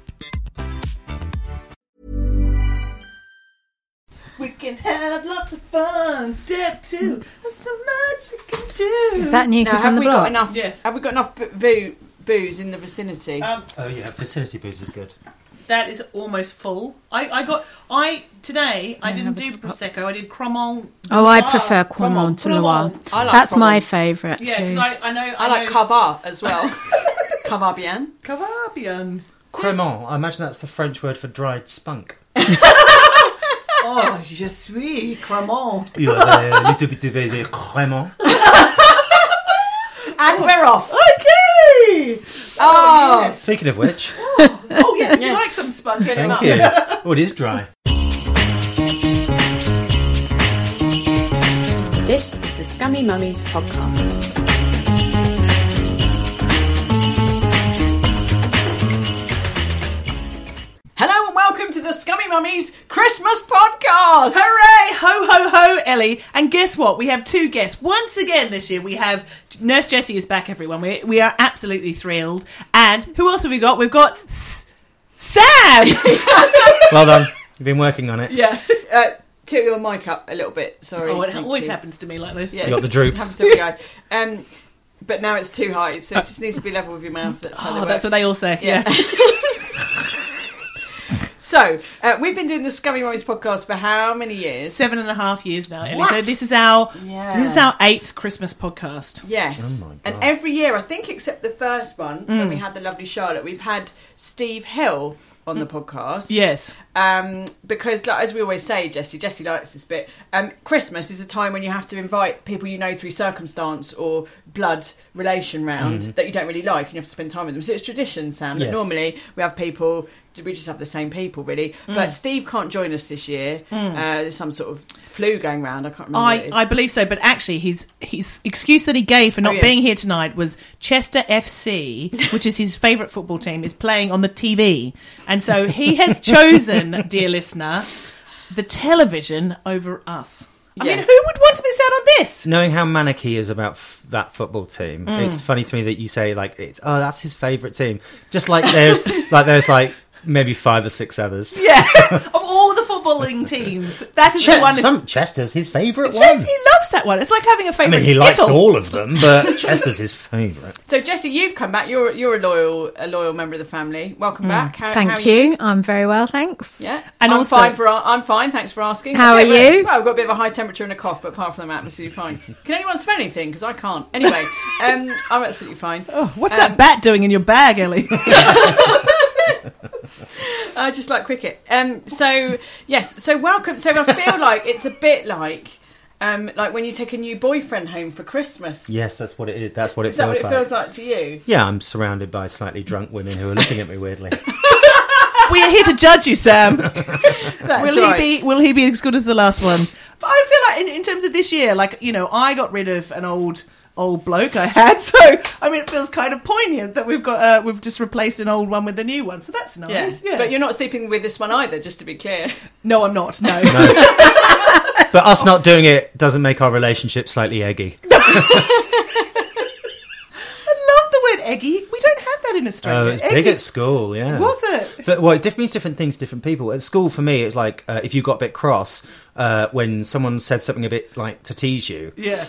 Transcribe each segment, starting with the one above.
We can have lots of fun. Step two. There's so much we can do. Is that new Now, kids have on the we block? got enough? Yes. Have we got enough bu- boo- booze in the vicinity? Um, Oh yeah, facility booze is good. that is almost full. I, I got I today I didn't do prosecco. I did cromol. Ah, Oh, I Loire. prefer Cremant to Loire. Cremant. I like That's my Cremant. favourite Yeah, too. because I, I know I like know- cover as well. cover bien. Cababian. Cremant. I imagine that's the French word for dried spunk. Oh, je suis cromol. You have a little bit of a cremant. And we're off. Oh. Okay. Oh, Speaking of which, Oh yes, would you like some spunk? thank you. Oh, it is dry. This is the Scummy Mummies podcast. hello and welcome to the Scummy Mummies Christmas podcast. Hooray! Ho ho ho, Ellie! And guess what? We have two guests once again this year. We have Nurse Jessie is back. Everyone, we we are absolutely thrilled. And who else have we got? We've got S- Sam. Well done. You've been working on it. yeah. Uh, tilt your mic up a little bit. Sorry. Oh, it Thank always you. happens to me like this. Yes. You got the droop. Happens to every guy. Um, but now it's too high, so it just needs to be level with your mouth. That's how they Oh, work. that's what they all say. Yeah. So uh, we've been doing the Scummy Mummies podcast for how many years? Seven and a half years now, Ellie. So What? this is our Yeah. this is our eighth Christmas podcast. Yes. Oh my and God. every year, I think except the first one when we had the lovely Charlotte, we've had Steve Hill on the podcast. Yes. Um, because like, as we always say, Jesse, Jesse likes this bit. Um, Christmas is a time when you have to invite people you know through circumstance or blood relation round that you don't really like, and you have to spend time with them. So it's tradition, Sam. That Mm-hmm. Yes. normally we have people. We just have the same people, really. But Steve can't join us this year. Uh, there's some sort of flu going round. I can't remember. what it I, is. I believe so, but actually, his his excuse that he gave Oh, for not yes. being here tonight was Chester FC, which is his favourite football team, is playing on the TV, and so he has chosen, dear listener, the television over us. I mean, Yes. who would want to miss out on this? Knowing how manic he is about f- that football team, Mm. it's funny to me that you say like it's oh that's his favourite team. Just like there's like there's like maybe five or six others. Yeah, of all the footballing teams, that is the Che- one. some Chester's his favourite Chelsea one. loves that one. It's like having a I favourite. mean, he Skittle. likes all of them, but Chester's his favourite. So Jesse, you've come back. You're you're a loyal a loyal member of the family. Welcome back. How, Mm, Thank how are you. I'm very well, thanks. Yeah, And I'm also- fine for I'm fine. Thanks for asking. How Yeah, are well, you? Well, I've got a bit of a high temperature and a cough, but apart from that, I'm absolutely fine. Can anyone smell anything? Because I can't. Anyway, um, I'm absolutely fine. Oh. What's Um, that bat doing in your bag, Ellie? I just like cricket. Um, so yes, so welcome. So I feel like it's a bit like um, like when you take a new boyfriend home for Christmas. Yes, that's what it is. That's what it Is that what feels it like. feels like to you? Yeah, I'm surrounded by slightly drunk women who are looking at me weirdly. we are here to judge you, Sam. That's will he be will he be as good as the last one but i feel like in, in terms of this year like you know i got rid of an old old bloke i had so i mean it feels kind of poignant that we've got uh, we've just replaced an old one with a new one so that's Yeah. nice yeah, but you're not sleeping with this one either. Just to be clear. no i'm not no, But us not doing it doesn't make our relationship slightly eggy. i love the word eggy we don't have that in Oh, australia it's eggy big at school, yeah. was it But, well, it diff- means different things to different people. At school, for me, it's like uh, if you got a bit cross uh, when someone said something a bit like to tease you. yeah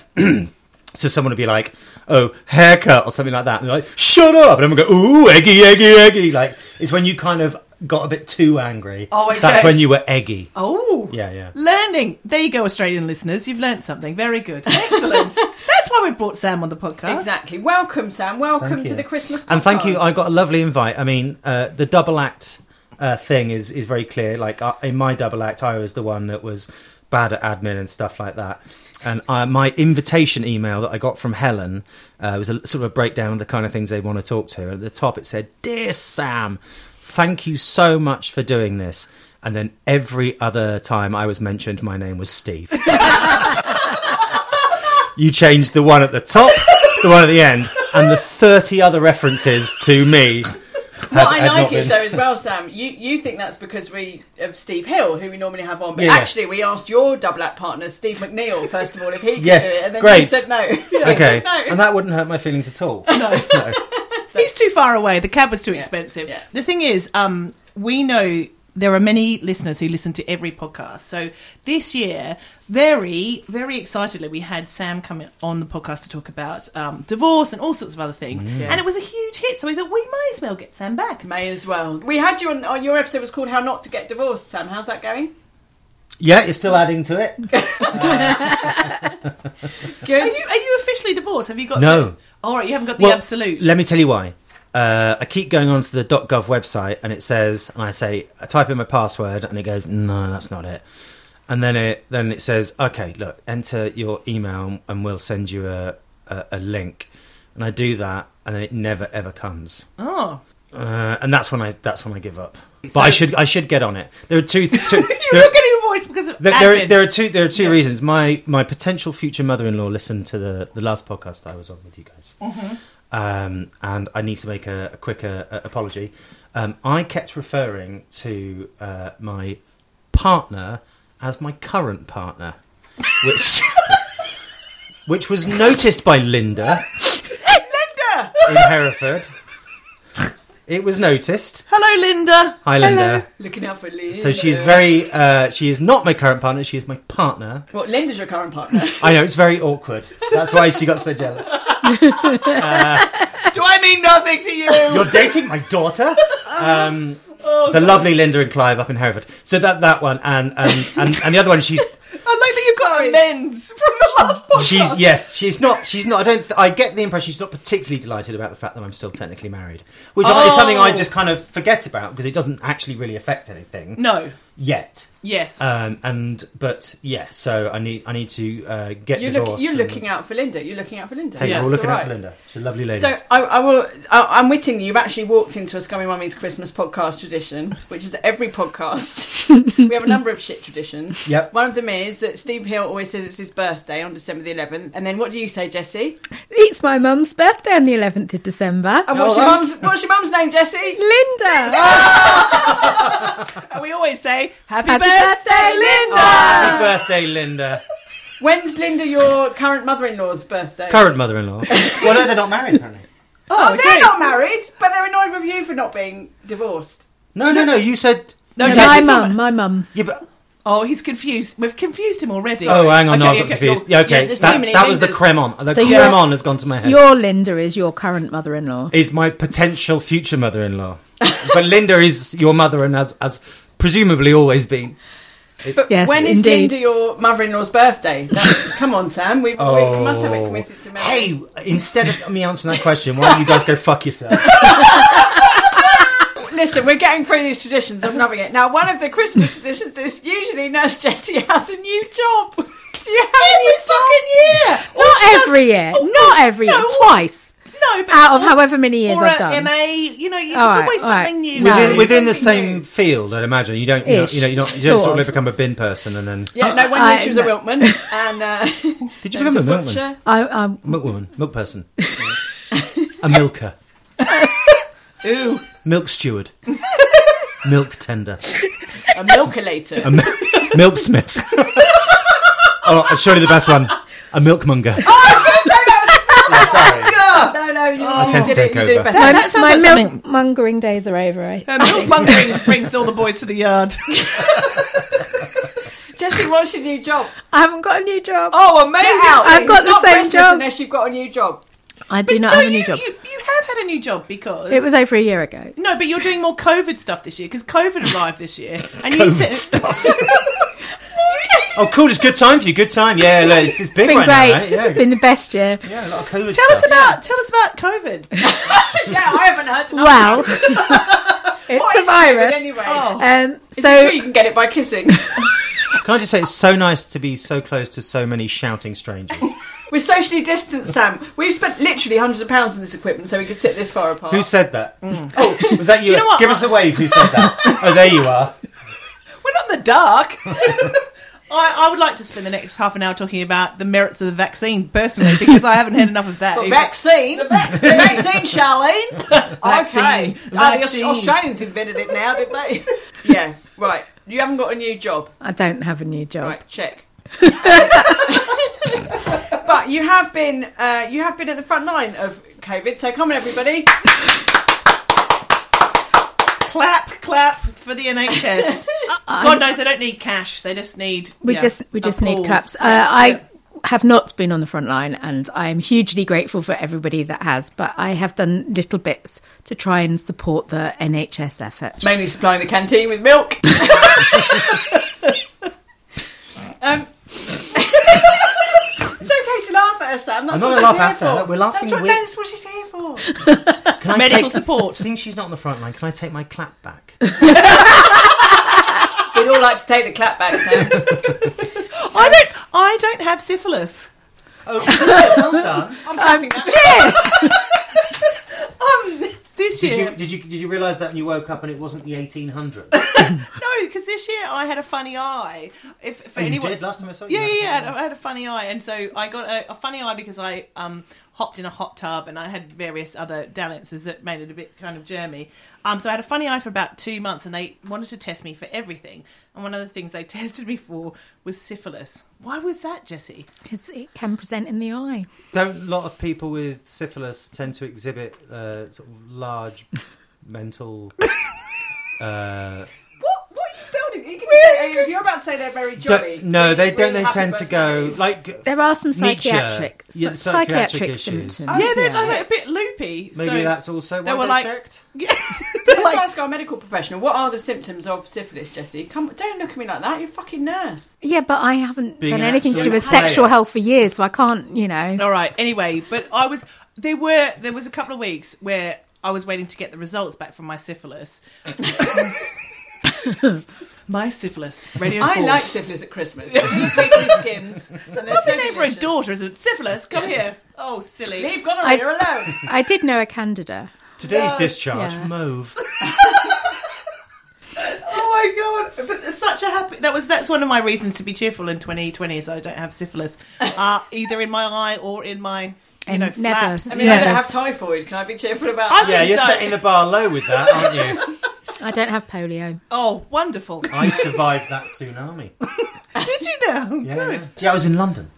So someone would be like, "Oh, haircut" or something like that, and they're like, "Shut up!" And I'm going, "Ooh, eggy, eggy, eggy." Like it's when you kind of got a bit too angry. Oh, okay. That's when you were eggy. Oh, Yeah, yeah. Learning. There you go, Australian listeners. You've learnt something. Very good. Excellent. That's why we brought Sam on the podcast. Exactly. Welcome, Sam. Welcome Thank to you. the Christmas. And thank you. podcast. I got a lovely invite. I mean, uh, the double act uh, thing is is very clear. Like uh, in my double act, I was the one that was bad at admin and stuff like that. And I, my invitation email that I got from Helen uh, was a sort of a breakdown of the kind of things they want to talk to. At the top, it said, "Dear Sam, thank you so much for doing this." And then every other time I was mentioned, my name was Steve. you changed the one at the top, the one at the end, and the 30 other references to me. What I like is though as well, Sam. You you think that's because we of Steve Hill, who we normally have on, but Yeah. actually we asked your double act partner Steve McNeil first of all if he could Yes, do it, and then you great. said no. You Okay, said no. and that wouldn't hurt my feelings at all. No. He's too far away. The cab was too expensive. Yeah. The thing is, um, we know there are many listeners who listen to every podcast. So this year, very, very excitedly, we had Sam come on the podcast to talk about um, divorce and all sorts of other things. And it was a huge hit. So we thought we may as well get Sam back. May as well. We had you on, on your episode was called "How Not to Get Divorced." Sam, how's that going? Yeah, you're still adding to it. Are Good. you, are you officially divorced? Have you got No. the- all right, you haven't got the Well, absolute. Let me tell you why. Uh, I keep going onto the .gov website, and it says, and I say, I type in my password, and it goes, no, that's not it. And then it then it says, okay, look, enter your email, and we'll send you a a, a link. And I do that, and then it never ever comes. oh, uh, and that's when I that's when I give up. But I should I should get on it. There are two. two you're there, not getting a voice because of there, there, admin. there are two. There are two reasons. My my potential future mother-in-law listened to the the last podcast I was on with you guys, um, and I need to make a, a quicker uh, apology. Um, I kept referring to uh, my partner as my current partner, which which was noticed by Linda Linda! in Hereford. It was noticed. Hello, Linda. Hi, Linda. Looking out for Linda. So she is very. Uh, she is not my current partner. She is my partner. Well, Linda's your current partner. I know it's very awkward. That's why she got so jealous. Do I mean nothing to you? You're dating my daughter. Um, Oh, the lovely Linda and Clive up in Hereford. So that that one and and and, and the other one. She's I like that you've got amends from the last Oh, podcast. she's yes. She's not. She's not. I don't. I get the impression she's not particularly delighted about the fact that I'm still technically married, which I is something I Oh. just kind of forget about because it doesn't actually really affect anything No. yet. Yes. Um, and but yeah, so I need I need to uh, get You're, look, divorced. you're and- looking out for Linda. You're looking out for Linda. Hey, That's we're all looking all out for right. Linda. She's a lovely lady. So I, I will. I, I'm witting you. You've actually walked into a Scummy Mummy's Christmas podcast tradition, which is that every podcast we have a number of shit traditions. Yep. One of them is that Steve Hill always says it's his birthday on December the 11th, and then what do you say, Jesse? It's my mum's birthday on the 11th of December. And what's Oh, your that's- mum's What's your mum's name, Jesse? Linda! And we always say, Happy, Happy birthday, birthday, Linda! Happy birthday, Linda. When's Linda, your current mother-in-law's birthday? Current mother-in-law. well, no, they're not married apparently. Oh, they're not married, but they're annoyed with you for not being divorced. No, no, no. You said No, No, my Jesse's not- mum, my mum. yeah, but Oh, he's confused. We've confused him already. oh, hang on, no, I Okay, got okay, confused. you're- Yeah, okay, there's too that, many that was the Lindas. creme on. The So creme you're- on has gone to my head. Your Linda is your current mother in law. Is my potential future mother-in-law, but Linda is your mother and has, has presumably always been. But Yes, when is indeed. Linda, your mother-in-law's birthday? That's, come on, Sam. We, we must have it committed to marriage. Oh. Hey, instead of me answering that question, why don't you guys go fuck yourselves? Listen, we're getting through these traditions. I'm loving it. Now, one of the Christmas traditions is usually Nurse Jessie has a new job. Do you have a new fucking year? Not every year. Oh, Not no, every year. no. Twice. No, but Out of however many years or I've a done. MA, you know, it's All right, always all right. something new. No. within, within the Something same new. field, I'd imagine. You don't, you know, Ish. you know, you don't, you don't Sort sort of. of become a bin person and then. Yeah, no, one I- year she was a no. Wiltman. And, uh, Did she was a butcher. I, I, Milk woman, milk person, a milker, Ooh, milk steward, milk tender, A milker later. a mi- milk smith. oh, surely the best one, a milkmonger. Yeah, sorry. no, no, you, Uh, I tend to did, it, you take did it over. better. my that sounds my like milk something- mongering days are over. eh? I, her milk bunkering brings all the boys to the yard. Jessie, what's your new job? I haven't got a new job. Oh, amazing! Get out. I've got It's the not same Christmas job. Unless you've got a new job. I do But not no, have a new you, job. You, you have had a new job because It was over a year ago. no, but you're doing more COVID stuff this year because COVID arrived this year, and you said stuff. Oh, cool! It's good time for you. Good time. Yeah, look, it's, it's big It's been right great. now. Right? Yeah, It's been the best year. yeah, a lot of COVID tell stuff. us about tell us about COVID. yeah, I haven't heard. enough. Well, it's What a is COVID virus. anyway. Oh, Um, So so you can get it by kissing. Can I just say it's so nice to be so close to so many shouting strangers? We're socially distanced, Sam. We've spent literally hundreds of pounds on this equipment so we could sit this far apart. Who said that? Oh, was that you? know what? Give us a wave. Who said that? oh, there you are. we're not in the dark. I, I would like to spend the next half an hour talking about the merits of the vaccine personally because I haven't had enough of that. The either. vaccine. The vaccine, Charlene. okay. Vaccine. Ah, the Aus- Vaccine. Australians invented it now, did they? Um. yeah. Right. You haven't got a new job. I don't have a new job. Right. Check. but you have been uh, you have been at the front line of COVID. So come on, everybody. clap, clap for the NHS. God knows they don't need cash; they just need We yeah, just we just need applause. claps. Uh, I have not been on the front line, and I am hugely grateful for everybody that has. But I have done little bits to try and support the NHS effort. Mainly supplying the canteen with milk. um, it's okay to laugh at her, Sam. That's what I'm not gonna she's laugh at here her. for. We're laughing. That's what, with- that's what she's here for. Can I Medical take- support. Since she's not on the front line, can I take my clap back? We'd all like to take the clap back, Sam. I don't. I don't have syphilis. well done. I'm clapping now. Um, this Did year, you did you did you realise that when you woke up and it wasn't the 1800s? no, because this year I had a funny eye. If for you anyone, did last time I saw you. yeah, you yeah, had yeah. a I had a- I had a funny eye, and so I got a, a funny eye because I um, hopped in a hot tub, and I had various other dalliances that made it a bit kind of germy. Um, so I had a funny eye for about two months, and they wanted to test me for everything. And one of the things they tested me for was syphilis. Why was that, Jesse? Because it can present in the eye. Don't a lot of people with syphilis tend to exhibit uh, sort of large mental? Uh, What, what are you building? You can say, if you're about to say they're very jolly. don't, no, they don't. really They happy tend to go personalities. like There are some Nietzsche. psychiatric Yeah, psychiatric, psychiatric issues. symptoms. Uh, yeah, they're, they're a bit loopy. maybe so that's also why they were they like- checked. Let's ask our medical professional. What are the symptoms of syphilis, Jesse? Come, don't look at me like that. You're a fucking nurse. Yeah, but I haven't Being done an anything to do absolute with player. sexual health for years, so I can't, you know. All right. Anyway, but I was there were there was a couple of weeks where I was waiting to get the results back from my syphilis. my syphilis. Radio. I four. like syphilis at Christmas. Piggy skins. What's Her name for a daughter isn't it? syphilis. Come here. Oh, silly. Leave gonorrhea I- alone. I did know a candida. Today's discharge, Yeah. mauve. Oh my god! But it's such a happy. That was that's one of my reasons to be cheerful in 2020 is I don't have syphilis, uh, either in my eye or in my you In know never. flaps. I mean, I don't Yes. have typhoid. Can I be cheerful about I that? Yeah, think you're so. setting the bar low with that, aren't you? I don't have polio. Oh, wonderful! I survived that tsunami. Did you know? Yeah, Good. yeah. See, I was in London.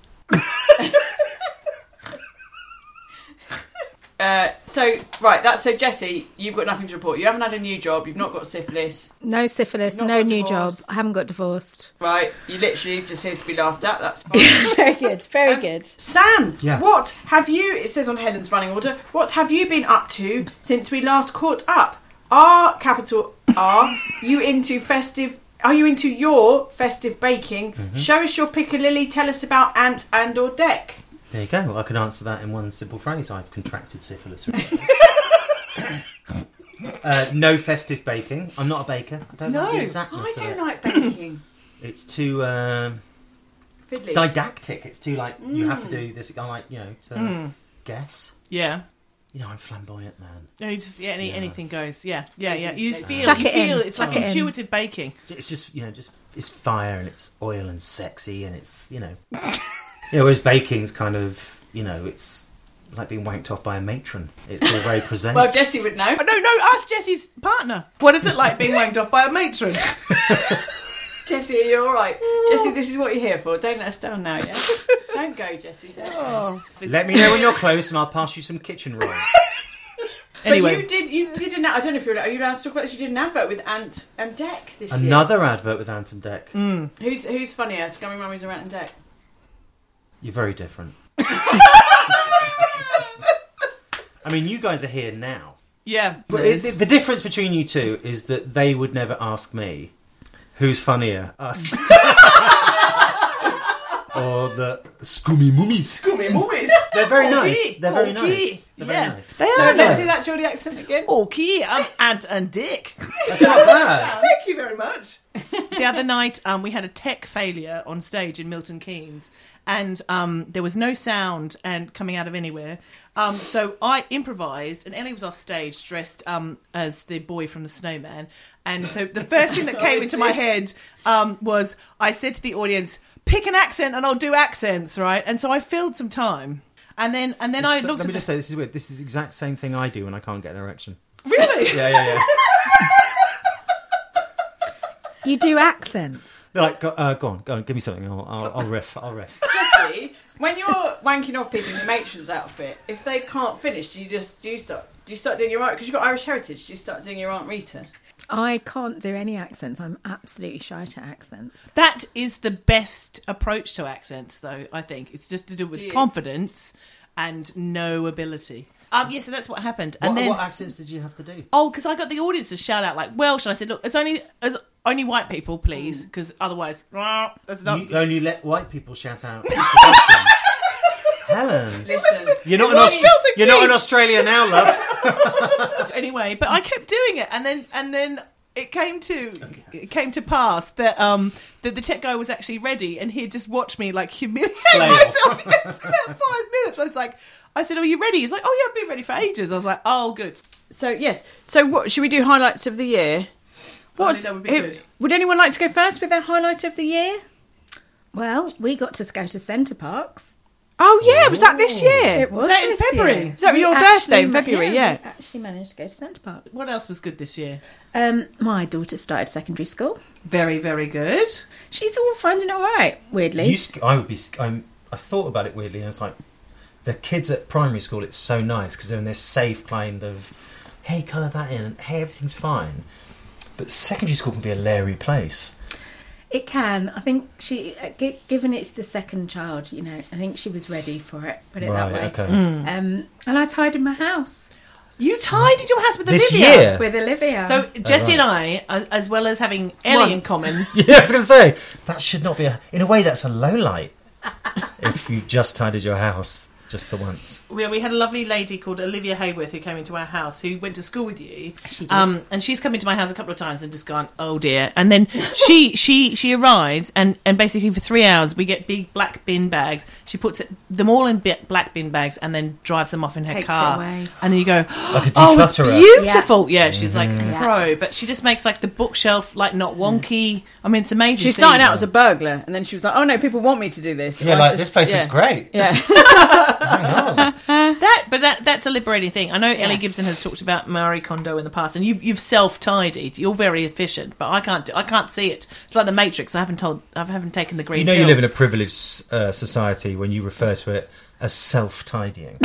Uh, so right, that's so Jesse, you've got nothing to report. You haven't had a new job. You've not got syphilis. No syphilis, Not no got new job. divorced. I haven't got divorced. Right, you literally just here to be laughed at. That's fine. Very good, very good. Sam, Yeah. what have you? It says on Helen's running order. What have you been up to since we last caught up? Are capital R you into festive? Are you into your festive baking? Mm-hmm. Show us your piccalilli. Tell us about ant and or deck. There you go. Well, I could answer that in one simple phrase. I've contracted syphilis. uh, no festive baking. I'm not a baker. I don't No, like the exactness I of don't it. like baking. It's too um, Fiddly. didactic. It's too like you have to do Mm. this. I like you know to guess. Yeah. You know I'm flamboyant, man. No, you just yeah, any, Yeah. anything goes. Yeah, yeah, yeah. You just Uh, feel, Chuck you it in. feel it's Chuck like it in. intuitive baking. It's just you know just it's fire and it's oil and sexy and it's you know. yeah, whereas baking's kind of you know it's like being wanked off by a matron. It's all very present. Well, Jesse would know. No, no, ask Jesse's partner. What is it like being wanked off by a matron? Jesse, are you all right? Jesse, this is what you're here for. Don't let us down now, yeah? don't go, Jesse. Don't go. Let me know when you're close and I'll pass you some kitchen rolls. But Anyway, you did. You did an. ad- I don't know if you're. Are you allowed to talk about this? You did an advert with Ant and Deck this Another advert with Anton Deck. year. Who's who's funnier, Scummy Mummies or Ant and Deck? You're very different. I mean, you guys are here now. Yeah. But it is. it- the difference between you two is that they would never ask me who's funnier, us or the scummy mummies. Gummy mummies. They're very Okay, nice. They're very okay. nice. They're very Yeah, nice. they are They're Let's nice. see that Geordie accent again. Okay, I'm Ant and Dick. That's not bad. Thank you very much. the other night, um, we had a tech failure on stage in Milton Keynes, and um, there was no sound and coming out of anywhere. Um, so I improvised, and Ellie was off stage dressed um, as the boy from the Snowman. And so the first thing that came into my head um, was I said to the audience, "Pick an accent, and I'll do accents." Right, and so I filled some time. And then, and then I So- looked Let at me the just say, this is weird. This is the exact same thing I do when I can't get an erection. really. Yeah, yeah, yeah. You do accents. They're like, go, uh, go on, go on, give me something. I'll, I'll, I'll riff. I'll riff. Jessie, when you're wanking off people in the matron's outfit, if they can't finish, do you just do you start do you start doing your aunt because you've got Irish heritage? Do you start doing your Aunt Rita? I can't do any accents. I'm absolutely shy to accents. That is the best approach to accents, though, I think. It's just to do with Do you? confidence and no ability. Um, yeah, so that's what happened. And what, then, what accents did you have to do? oh, because I got the audience to shout out, like, Welsh. And I said, look, it's only, it's only white people, please, because otherwise, rah, that's not. Mm. You only let white people shout out. accents. Helen, Listen, you're not an Aust- Milton you're not in Keynes. Australia now, love. anyway, but I kept doing it, and then and then it came to it came to pass that um that the tech guy was actually ready, and he'd just watched me like humiliate Flail. myself in about five minutes. I was like, I said, "Are you ready?" He's like, "Oh yeah, I've been ready for ages." I was like, "Oh good." So yes. So what should we do? Highlights of the year. What's- that would be who- good. Would anyone like to go first with their highlight of the year? Well, we got to go to Centre Parks. Oh yeah, was that this year? was, that in this February? year. Is that We your actually birthday in ma- February? Yeah. we actually managed to go to Centre Parks. What else was good this year? Um, my daughter started secondary school. Very very good. She's all finding it all right. Weirdly, You, sc- I would be. sc- I'm, I thought about it weirdly, and it's like the kids at primary school. It's so nice because they're in this safe kind of, hey, colour that in, and hey, everything's fine. But secondary school can be a leery place. It can. I think she, uh, gi- given it's the second child, you know, I think she was ready for it. Put it that way. Right, okay. Um, and I tidied my house You tidied your house with This Olivia. year? Oh, with Olivia. So Jesse and I, a- as well as having Ellie in Once. common, Yeah, I was going to say that should not be a. In a way, that's a low light. if you just tidied your house just the once, we, we had a lovely lady called Olivia Hayworth who came into our house who went to school with you. She did. Um, and she's come into my house a couple of times and just gone, oh dear. And then she she she arrives and and basically for three hours we get big black bin bags. She puts it, them all in bi- black bin bags and then drives them off in her Takes it car. away. And then you go, like a Mm-hmm. oh, it's declutterer. beautiful. Yeah, she's like Yeah. pro, but she just makes like the bookshelf like not wonky. I mean, it's amazing. She seeing started out her. as a burglar, and then she was like, "Oh no, people want me to do this." yeah, I like just- this place yeah. looks great. Yeah. That, but that that's a liberating thing. I know Ellie Yes. Gibson has talked about Marie Kondo in the past, and you, you've self tidied. You're very efficient, but I can't do, I can't see it. It's like the Matrix. I haven't told I haven't taken the green. You know, pill. you live in a privileged uh, society when you refer to it as self tidying.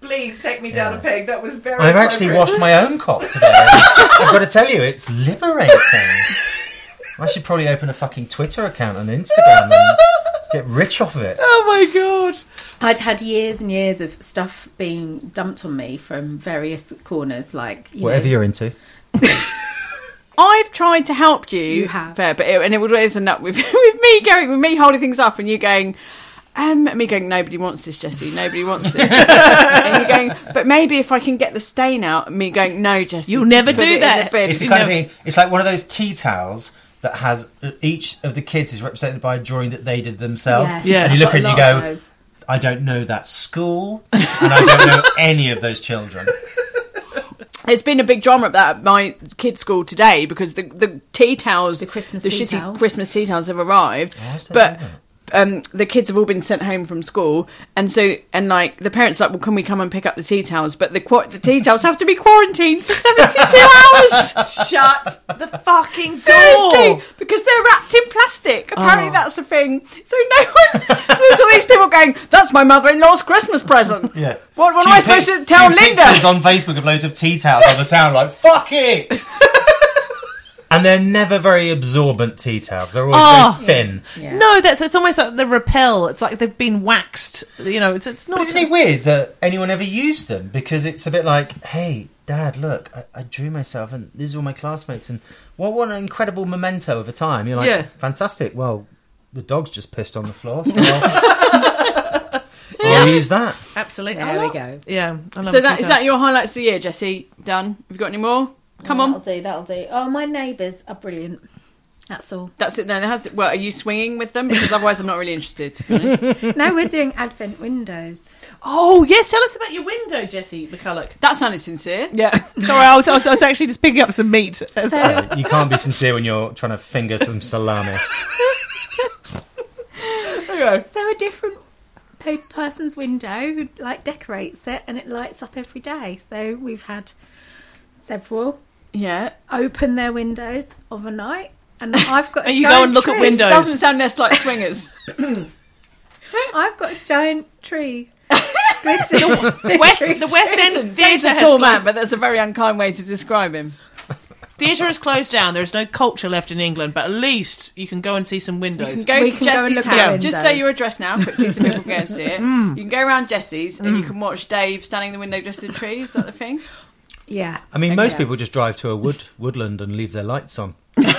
Please take me down a peg. That was very. I've actually appropriate. washed my own cock today. I've got to tell you, it's liberating. I should probably open a fucking Twitter account and Instagram and get rich off it. Oh my god! I'd had years and years of stuff being dumped on me from various corners, like you Whatever know, you're into. I've tried to help you, You have. Fair, but it, and it would always end up with, with me going, with me holding things up, and you going, um, and me going, nobody wants this, Jesse, nobody wants this, and you going, but maybe if I can get the stain out, and me going, no, Jesse, You'll just never put do it in that." the bin." It's the You kind of know- thing. It's like one of those tea towels that has uh, each of the kids is represented by a drawing that they did themselves. Yes. Yeah. And you look Got at a it and you lot of go, those. I don't know that school, and I don't know any of those children. it's been a big drama about my kids' school today because the the tea towels, The Christmas tea shitty towel. Christmas tea towels have arrived, I don't but. know. Um, the kids have all been sent home from school, and so and like the parents are like, well, can we come and pick up the tea towels? But the qu- the tea towels have to be quarantined for seventy two hours. Shut the fucking door. Seriously, because they're wrapped in plastic. Apparently, Oh. that's a thing. So no one's. so there's all these people going, "That's my mother-in-law's Christmas present." Yeah. What, what Do am I you pic- supposed to tell do you Linda? Pictures on Facebook of loads of tea towels on the town, like fuck it. and and they're never very absorbent tea towels. They're always Ah. Oh. very thin. No, that's it's almost like the repel. It's like they've been waxed. You know, it's it's not. But isn't it weird that anyone ever used them? Because it's a bit like, hey, Dad, look, I, I drew myself, and these are all my classmates, and what what an incredible memento of a time. You're like, Yeah. fantastic. Well, the dog's just pissed on the floor. So I'll, I'll use that. absolutely. There I we love- go. Yeah, I love So a that tea is towel. that your highlights of the year, Jesse? Done. Have you got any more? Come that'll on. do. That'll do. Oh, my neighbours are brilliant. That's all. That's it. No, there has. Well, are you swinging with them? Because otherwise, I'm not really interested. To be honest. no, we're doing Advent windows. Oh yes, tell us about your window, Jesse McCulloch. That sounded sincere. Yeah, sorry, I was, I was I was actually just picking up some meat. So you can't be sincere when you're trying to finger some salami. so a different pe- person's window like decorates it and it lights up every day. So we've had several Yeah. open their windows overnight, and I've got a And you go giant and look at tree. windows. Doesn't sound less like swingers. I've got a giant tree. the, West, the West End He's Theatre a has tall closed. man, but that's a very unkind way to describe him. Theatre is closed down. There is no culture left in England, but at least you can go and see some windows. Go We to can go and Jesse's look at house. the Just windows. Mm. say your address now, quickly, so people can go and see it. You can go around Jesse's and you can watch Dave standing in the window dressed in trees. Is that the thing? yeah, I mean, most Okay. people just drive to a wood woodland and leave their lights on. Ah.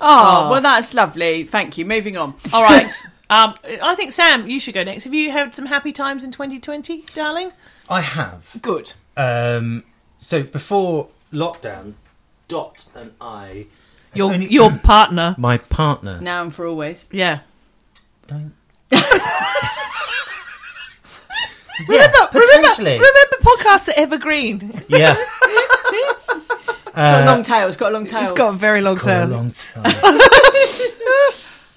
Oh, well, that's lovely. Thank you. Moving on. All right. Um, I think Sam, you should go next. Have you had some happy times in 2020, darling? I have. Good. Um, so before lockdown, Dot and I, Your Only- your partner. my partner, Now and for always. Yeah. Don't. yes, potentially. Remember podcasts are evergreen. Yeah. Uh, got a long tail. It's got a long tail. It's got a very long For a tail. long time.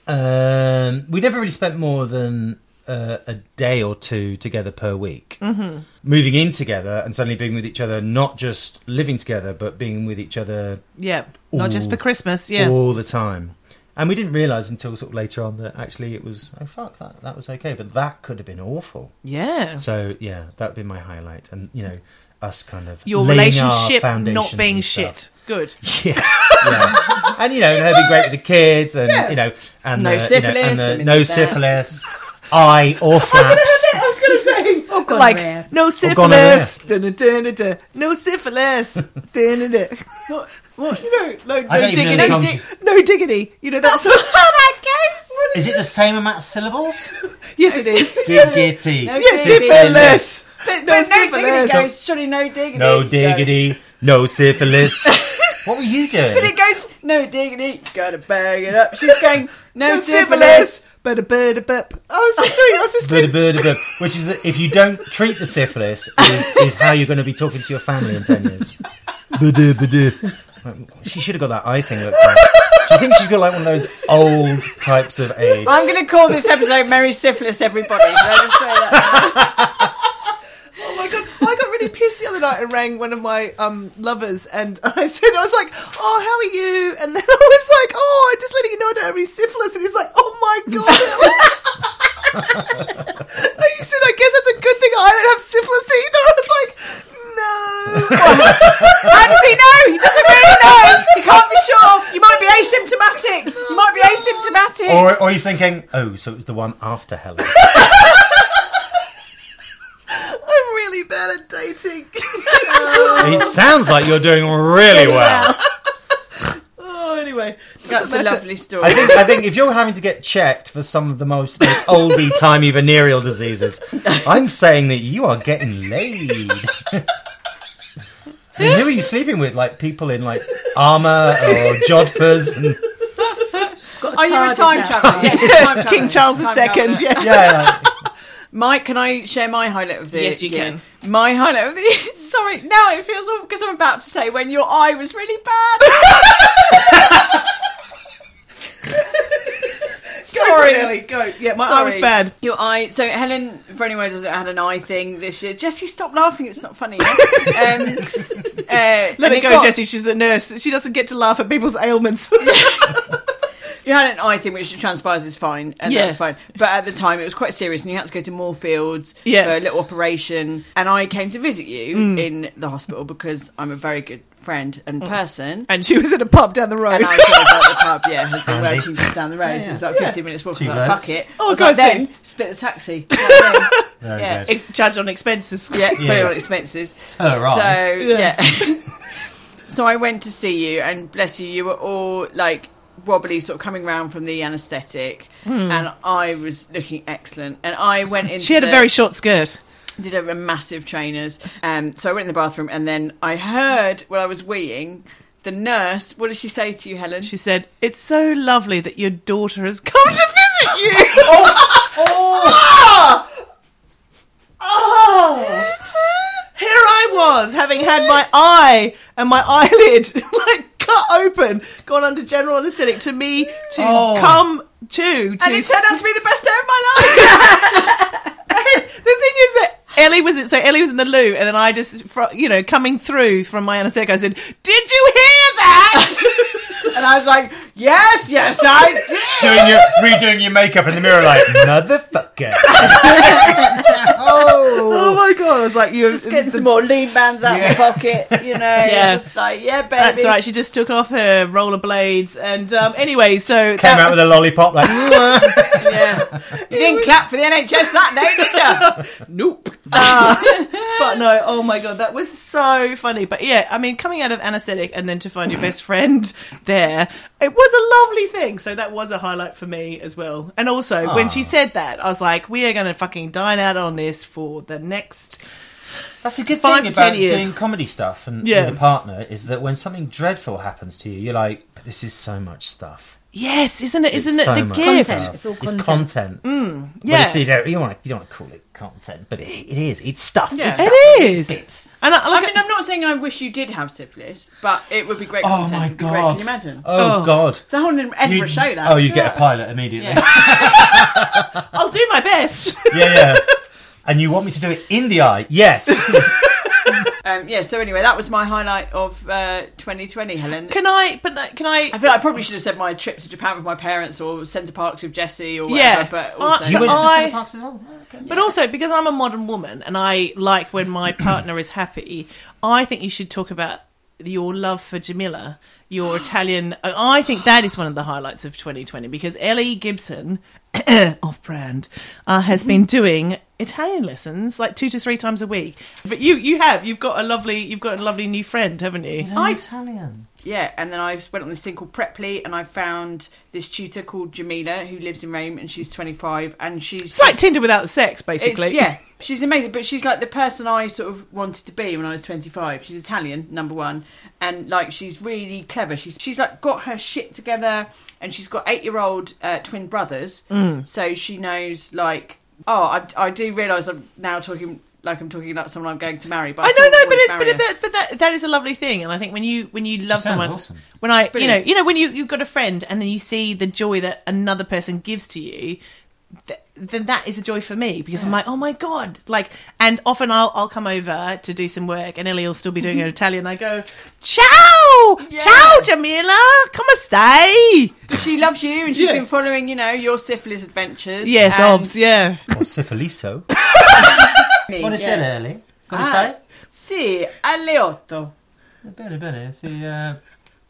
um, we never really spent more than uh, a day or two together per week. Mm-hmm. Moving in together and suddenly being with each other, not just living together, but being with each other Yeah. Not just for Ooh. Christmas. Yeah. all the time. And we didn't realise until sort of later on that actually it was oh fuck that that was okay, but that could have been awful. Yeah. So yeah, that'd be my highlight, and you know, us kind of Your laying our relationship foundations not being and stuff. shit. Good. Yeah. yeah. And you know, and her being great with the kids and you know and No the, you know, syphilis, and I'm the, into no that. syphilis, eye or flaps. Oh, God, Like no gonorrhea. syphilis, Dun, dun, dun, dun. no syphilis, Dun, dun, dun. What? what? you know, like, I don't no even know the diggity, no, song dig- she's- no diggity. You know that's that goes. Is it the same amount of syllables? Yes, it is. Diggity. No Yes, diggity. syphilis. But, but No no diggity syphilis. goes. Surely no diggity. No goes. diggity. No syphilis. what were you doing? But it goes, no diggity, gotta bag it up. She's going, no, No syphilis. syphilis. But a bird a bip. I was Oh, just doing. I was just Bada doing. bada bada, which is that if you don't treat the syphilis, is, is how you're going to be talking to your family in ten years. Bada bada. She should have got that eye thing looked at. Do you think she's got like one of those old types of AIDS? I'm going to call this episode Merry Syphilis, everybody. Can I just say that? Oh my god! I got really pissed the other night and rang one of my um lovers, and I said I was like, "Oh, how are you?" And then I was like, "Oh, I'm just letting you know I don't have any syphilis," and he's like, "Oh my god!" he said, "I guess that's a good thing I don't have syphilis either." I was like, "No." How does he know? He doesn't really know. He can't be sure. You might be asymptomatic. You might be asymptomatic. Or, or he's thinking, oh, so it was the one after Helen. I'm really bad at dating. it sounds like you're doing really well. oh, anyway, That's a lovely story. I think, I think if you're having to get checked for some of the most most oldie timey venereal diseases, I'm saying that you are getting laid. I mean, who are you sleeping with? Like people in like armor or jodhpurs? And, Are you a time traveller? Yes, you're a time traveller. King Charles Time II. traveller. Yes. yeah, yeah. Mike, can I share my highlight of the Yes, you year? can. My highlight of the year. Sorry, now it feels awful because I'm about to say when your eye was really bad. Sorry. Go, for it, Ellie, go. Yeah, my eye was Sorry. bad. Your eye. So Helen, for anyone who doesn't had an eye thing this year. Jesse, stop laughing. It's not funny. um, Let Let it go, Jessie. She's a nurse. She doesn't get to laugh at people's ailments. You had an eye thing, which transpires is fine, and Yeah. that's fine. But at the time, it was quite serious, and you had to go to Moorfields Yeah. Mm. for a little operation. And I came to visit you in the hospital because I'm a very good friend and person. And she was in a pub down the road. And I was at the pub, yeah, had been Handy. working just down the road. so it was like 15 minutes walk. Two I was like, birds. fuck it. Oh, I was like, God's then sake. split the taxi. Like, then, Very yeah. good. It judged on expenses. yeah, put it Yeah. on expenses. her so eye. yeah. so I went to see you, and bless you, you were all like wobbly, sort of coming round from the anaesthetic, and I was looking excellent. And I went in. Hmm. She had a very short skirt. did a, a massive trainers. Um, so I went in the bathroom, and then I heard when I was weeing. The nurse, what did she say to you, Helen? She said, "It's so lovely that your daughter has come to visit you." Ah! Ah! Here I was, having had my eye and my eyelid like cut open, gone under general anaesthetic. To me, to come to, to and it turned out to be the best day of my life. the thing is that Ellie was so Ellie was in the loo, and then I just fro- you know coming through from my anaesthetic, I said, "Did you hear that?" and I was like, yes, yes, I did. Doing your redoing your makeup in the mirror, like motherfucker. oh oh, my god! I was like, "You." Just getting some more lean bands out of my pocket, you know. Yes. Just like, yeah, baby. That's right. She just took off her rollerblades, and um, anyway, so came out with a lollipop, like Yeah. You didn't clap for the NHS that day, did you? Nope. Ah, but no, oh my god, that was so funny. But yeah, I mean, coming out of anaesthetic and then to find your best friend there, it was a lovely thing. So that was a highlight for me as well. And also, when Ah. she said that, I was like, we are going to fucking dine out on this for the next. That's a good Five thing to ten about years. doing comedy stuff and Yeah. with a partner is that when something dreadful happens to you, you're like, "But this is so much stuff. Yes, isn't it? It's Isn't it so the much gift? stuff. Content. It's all It's content. content. Mm, But Yeah. it's, you, don't, you, don't want, you don't want to call it content, but it, it is. It's stuff. Yeah. It's It stuff. is. It's bits. And I, I like, mean, I'm not saying I wish you did have syphilis, but it would be great. Oh content. my It'd be Great. Can god! you imagine? Oh, Oh. god! It's a whole in Edinburgh You'd- show that. Oh, you'd get a pilot immediately. Yeah. Yeah. I'll do my best. yeah, And you want me to do it in the eye? Yes. Um, yeah. So anyway, that was my highlight of uh, 2020, Helen. can I? But no, can I? I feel like I probably should have said my trip to Japan with my parents or Centre Parks with Jesse or whatever. Yeah. But Uh, also, you went to the I- Centre Parks as well. Oh, But also because I'm a modern woman and I like when my partner is happy, I think you should talk about your love for Jamila, your Italian. I think that is one of the highlights of 2020 because Ellie Gibson, off brand, uh, has been Mm-hmm. doing Italian lessons like two to three times a week. But you, you have, you've got a lovely, you've got a lovely new friend, haven't you? I'm Italian. yeah, and then I went on this thing called Preply, and I found this tutor called Jamila who lives in Rome, and she's 25, and she's It's like just- Tinder without the sex, It's, basically. yeah, she's amazing, but she's like the person I sort of wanted to be when I was 25. She's Italian, number one, and like she's really clever. She's she's like got her shit together, and she's got eight year old uh, twin brothers, Mm. so she knows like oh I, I do realise I'm now talking like I'm talking about someone I'm going to marry, but I, I still don't know, wouldn't but it's, marry but, her. but, but that that is a lovely thing, and I think when you when you love sounds someone, awesome. when I you know brilliant. you know when you you've got a friend and then you see the joy that another person gives to you. Th- then that is a joy for me because I'm like, oh my god! Like, and often I'll I'll come over to do some work, and Ellie will still be doing her Italian. I go, ciao, ciao, Jamila, come stay. she loves you, and she's Yeah. been following you know your syphilis adventures. Yes, and obs, yeah. Or syphiliso. me, What is yeah. it early? Come Ah. stay. Sì, alle otto. Bene, bene. Si, uh,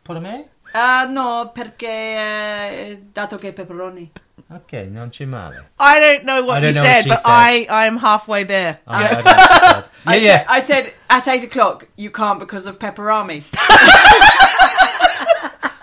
por me? Ah no, perché eh, dato che pepperoni. Okay, non c'è male. I don't know what I don't you know what said, she but said. I I'm halfway there. Oh, I don't know what she said. I yeah, Said, I said at eight o'clock you can't because of pepperami. yeah.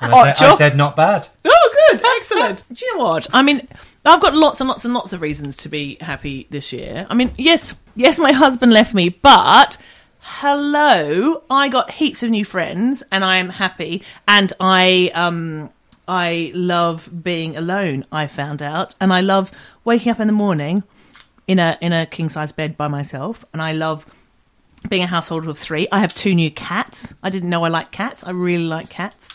And I, said, I Ocho. said not oh, bad. Oh, good, excellent. Do you know what? I mean, I've got lots and lots and lots of reasons to be happy this year. I mean, yes, yes, my husband left me, but hello, I got heaps of new friends, and I am happy, and I um. I love being alone. I found out, and I love waking up in the morning in a in a king size bed by myself, and I love being a household of three, I have two new cats. I didn't know I like cats. I really like cats.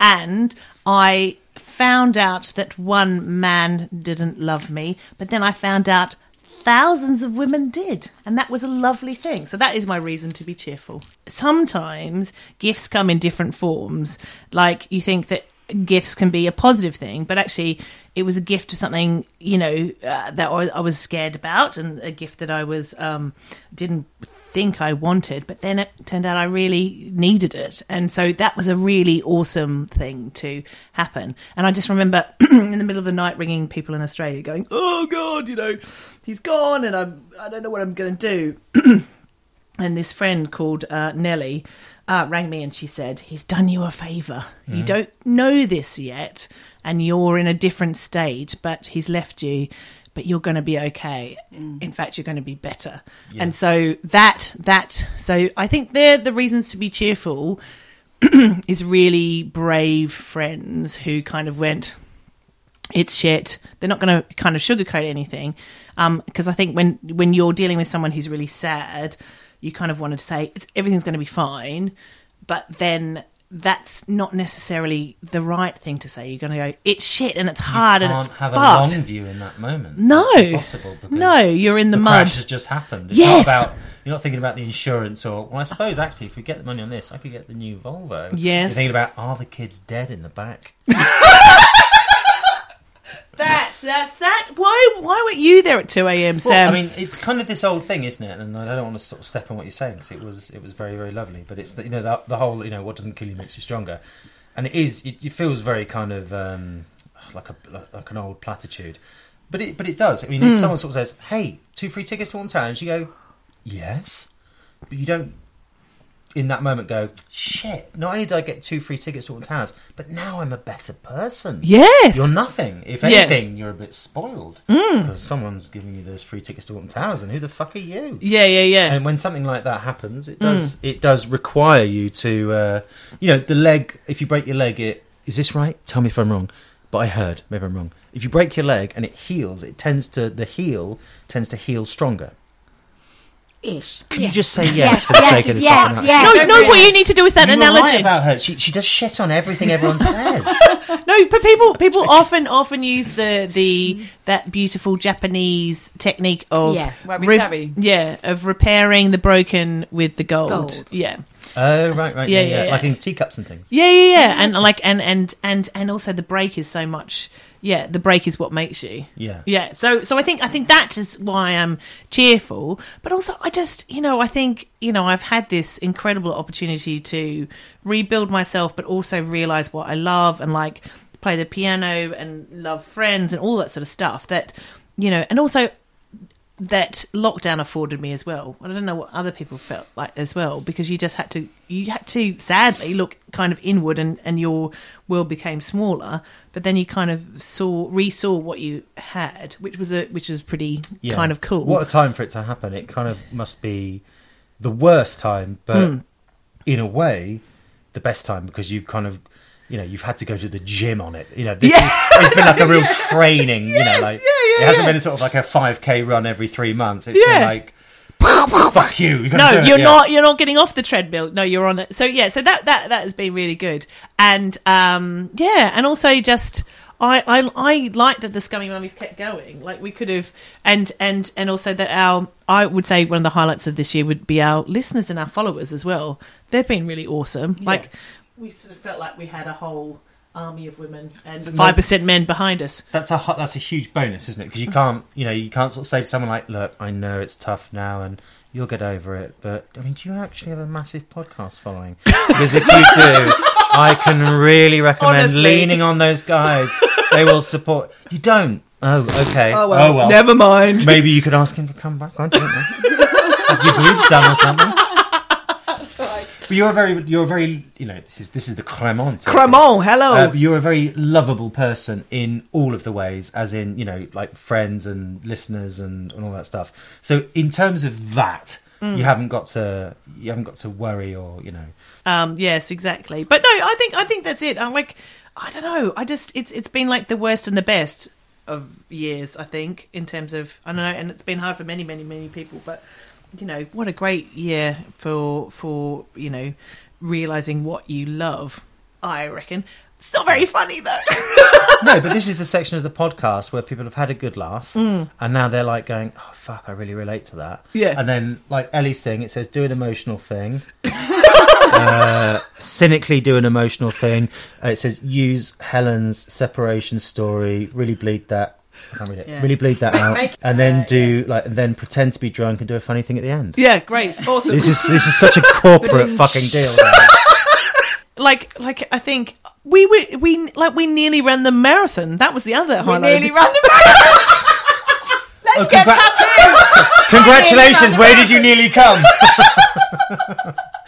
And I found out that one man didn't love me, but then I found out thousands of women did. And that was a lovely thing. So that is my reason to be cheerful. Sometimes gifts come in different forms. Like you think that gifts can be a positive thing, but actually, it was a gift of something you know uh, that I was, I was scared about, and a gift that I was um, didn't think I wanted, but then it turned out I really needed it, and so that was a really awesome thing to happen. And I just remember in the middle of the night ringing people in Australia, going, "Oh God, you know, he's gone, and I'm I don't know what I'm going to do." and this friend called uh, Nellie uh, rang me and she said, He's done you a favor. You don't know this yet, and you're in a different state, but he's left you. But you're going to be okay. In fact, you're going to be better. And so that that so I think they're the reasons to be cheerful. is really brave friends who kind of went, it's shit. They're not going to kind of sugarcoat anything, because I think when when you're dealing with someone who's really sad, you kind of want to say it's, everything's going to be fine, but then that's not necessarily the right thing to say. You're going to go, it's shit and it's hard can't and it's have fucked. a long view in that moment. no, It's impossible because no, you're in the, the mud. crash has just happened. It's Yes. not about you're not thinking about the insurance or well, I suppose actually if we get the money on this, I could get the new Volvo. Yes. You're thinking about are the kids dead in the back? That that that. Why why weren't you there at two a.m. Sam? Well, I mean, it's kind of this old thing, isn't it? And I don't want to sort of step on what you're saying because it was it was very very lovely. But it's the, you know the, the whole you know what doesn't kill you makes you stronger, and it is it, it feels very kind of um, like a like an old platitude, but it but it does. I mean, Hmm. if someone sort of says, "Hey, two free tickets to one towns," you go, "Yes," but you don't. In that moment, go shit. Not only did I get two free tickets to Alton Towers, but now I'm a better person. yes, You're nothing. If Yeah. anything, you're a bit spoiled Mm. because someone's giving you those free tickets to Alton Towers, and who the fuck are you? yeah, yeah, yeah. And when something like that happens, it does Mm. it does require you to, uh, you know, the leg. If you break your leg, it is this right? Tell me if I'm wrong. But I heard, maybe I'm wrong. If you break your leg and it heals, it tends to the heel tends to heal stronger. Ish. Can you just say yes, for the sake of this? fucking yes, house? yes. no, no. What you need to do is that You were analogy. right about her. She, she does shit on everything everyone says. No, but people people often often use the the that beautiful Japanese technique of Yes. Wabi-sabi. yeah, of repairing the broken with the gold. Gold. Yeah. oh right, right, Yeah, yeah, yeah, yeah, yeah. like in teacups and things. Yeah, yeah, yeah. And like and and and and also the break is so much yeah, the break is what makes you. Yeah. Yeah. So so I think I think that is why I'm cheerful, but also I just, you know, I think, you know, I've had this incredible opportunity to rebuild myself but also realize what I love and like play the piano and love friends and all that sort of stuff that you know, and also that lockdown afforded me as well. I don't know what other people felt like as well because you just had to you had to sadly look kind of inward and and your world became smaller, but then you kind of saw resaw what you had, which was a which was pretty Yeah. kind of cool. What a time for it to happen. It kind of must be the worst time, but Hmm. in a way, the best time because you've kind of, you know, you've had to go to the gym on it. You know, this is- it's been like a real training, you know, like it hasn't been sort of like a 5K run every three months. It's Yeah. been like, fuck you. you no, you're not. You're not getting off the treadmill. No, you're on it. So yeah, so that that that has been really good, and um, yeah, and also just I I I like that the scummy mummies kept going. Like we could have, and and and also that our I would say one of the highlights of this year would be our listeners and our followers as well. They've been really awesome. Like we sort of felt like we had a whole army of women and five percent men behind us. That's a hu- that's a huge bonus, isn't it? Because you can't, you know, you can't sort of say to someone like, "Look, I know it's tough now, and you'll get over it." But I mean, do you actually have a massive podcast following? Because if you do, I can really recommend Honestly. leaning on those guys. They will support. You don't. Oh, okay. Oh well. mind. Maybe you could ask him to come back. I don't know. have your boobs done or something? But you're a very, you're a very, you know, this is this is the Cremant. Cremon, Oh, hello. Uh, but you're a very lovable person in all of the ways, as in, you know, like friends and listeners and, and all that stuff. So in terms of that, you haven't got to you haven't got to worry or, you know. Um, yes, exactly. But no, I think I think that's it. I'm like, I don't know. I just it's it's been like the worst and the best of years. I think in terms of I don't know, and it's been hard for many, many, many people. But you know, what a great year for for you know realizing what you love. I reckon it's not very funny though. No, but this is the section of the podcast where people have had a good laugh Mm. and now they're like going, Oh fuck, I really relate to that. Yeah. And then like Ellie's thing, it says do an emotional thing. uh, cynically do an emotional thing. Uh, it says use Helen's separation story. Really bleed that. I can't read it. Yeah. Really bleed that out, Make- and then uh, do like, and then pretend to be drunk and do a funny thing at the end. Yeah, great, awesome. This is this is such a corporate fucking deal. like like I think we we, we like we nearly ran the marathon. That was the other We highlight. nearly ran the marathon. Let's get congrat- tattoos. Congratulations! Where did you nearly come?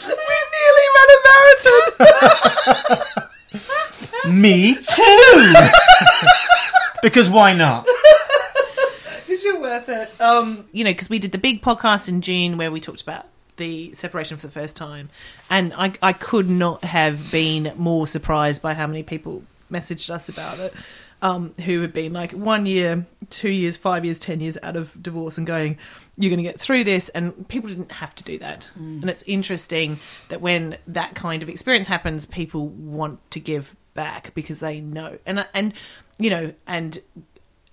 we nearly ran a marathon. Me too. because why not? Because you're worth it. Um, you know, because we did the big podcast in June where we talked about the separation for the first time, and I, I could not have been more surprised by how many people messaged us about it, um, who had been like one year, two years, five years, ten years out of divorce, and going, "You're going to get through this," and people didn't have to do that, and it's interesting that when that kind of experience happens, people want to give back because they know, and and you know, and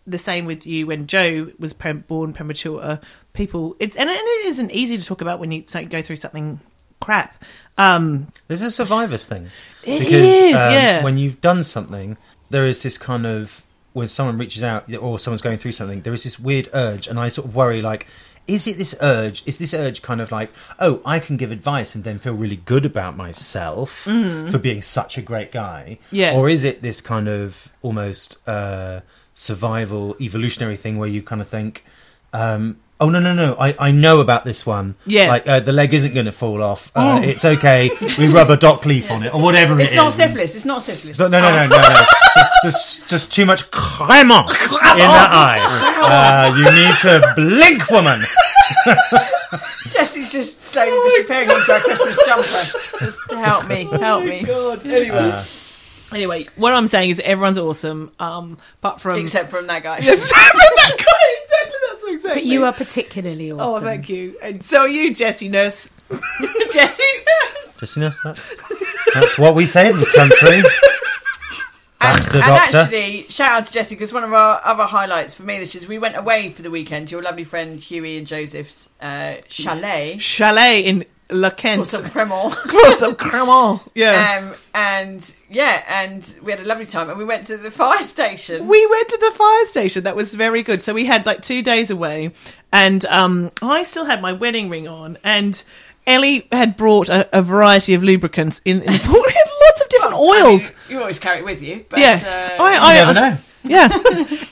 the same with you when Joe was pre- born premature. People, it's and, and it isn't easy to talk about when you so- go through something crap. Um, This is a survivor's thing. um, It is, yeah. When you've done something, there is this kind of when someone reaches out or someone's going through something, there is this weird urge, and I sort of worry like. Is it this urge? Is this urge kind of like, oh, I can give advice and then feel really good about myself for being such a great guy? Mm-hmm. Yeah. Or is it this kind of almost uh, survival evolutionary thing where you kind of think, um, oh, no, no, no, I, I know about this one. Yeah. Like, uh, the leg isn't going to fall off. Uh, It's okay. We rub a dock leaf on it or whatever It's it not is. syphilis. It's not syphilis. It's not- no, no, no, no, no. just, just, just too much cremant in that eye. Uh, you need to blink, woman. Jesse's just slowly Oh disappearing into our Christmas jumper. Just to help me, help me. God. Anyway, anyway, what I'm saying is everyone's awesome, um, apart from Except from that guy. exactly that's exactly. But you are particularly awesome. Oh, thank you. And so are you, Jessie Nurse. Jesse. Christina, that's, that's what we say in this country. Bastard And doctor. actually, shout out to Jesse because one of our other highlights for me this year is we went away for the weekend to your lovely friend Huey and Joseph's uh, chalet. Chalet in La Kent. Or some Cremant. Cross up Cremant. Yeah. Um, and yeah, and we had a lovely time, and we went to the fire station. We went to the fire station. That was very good. So we had like two days away, and um, I still had my wedding ring on, and Ellie had brought a, a variety of lubricants in, in we had lots of different Oh, I mean, oils. you always carry it with you. But, yeah, uh, You never know. Yeah,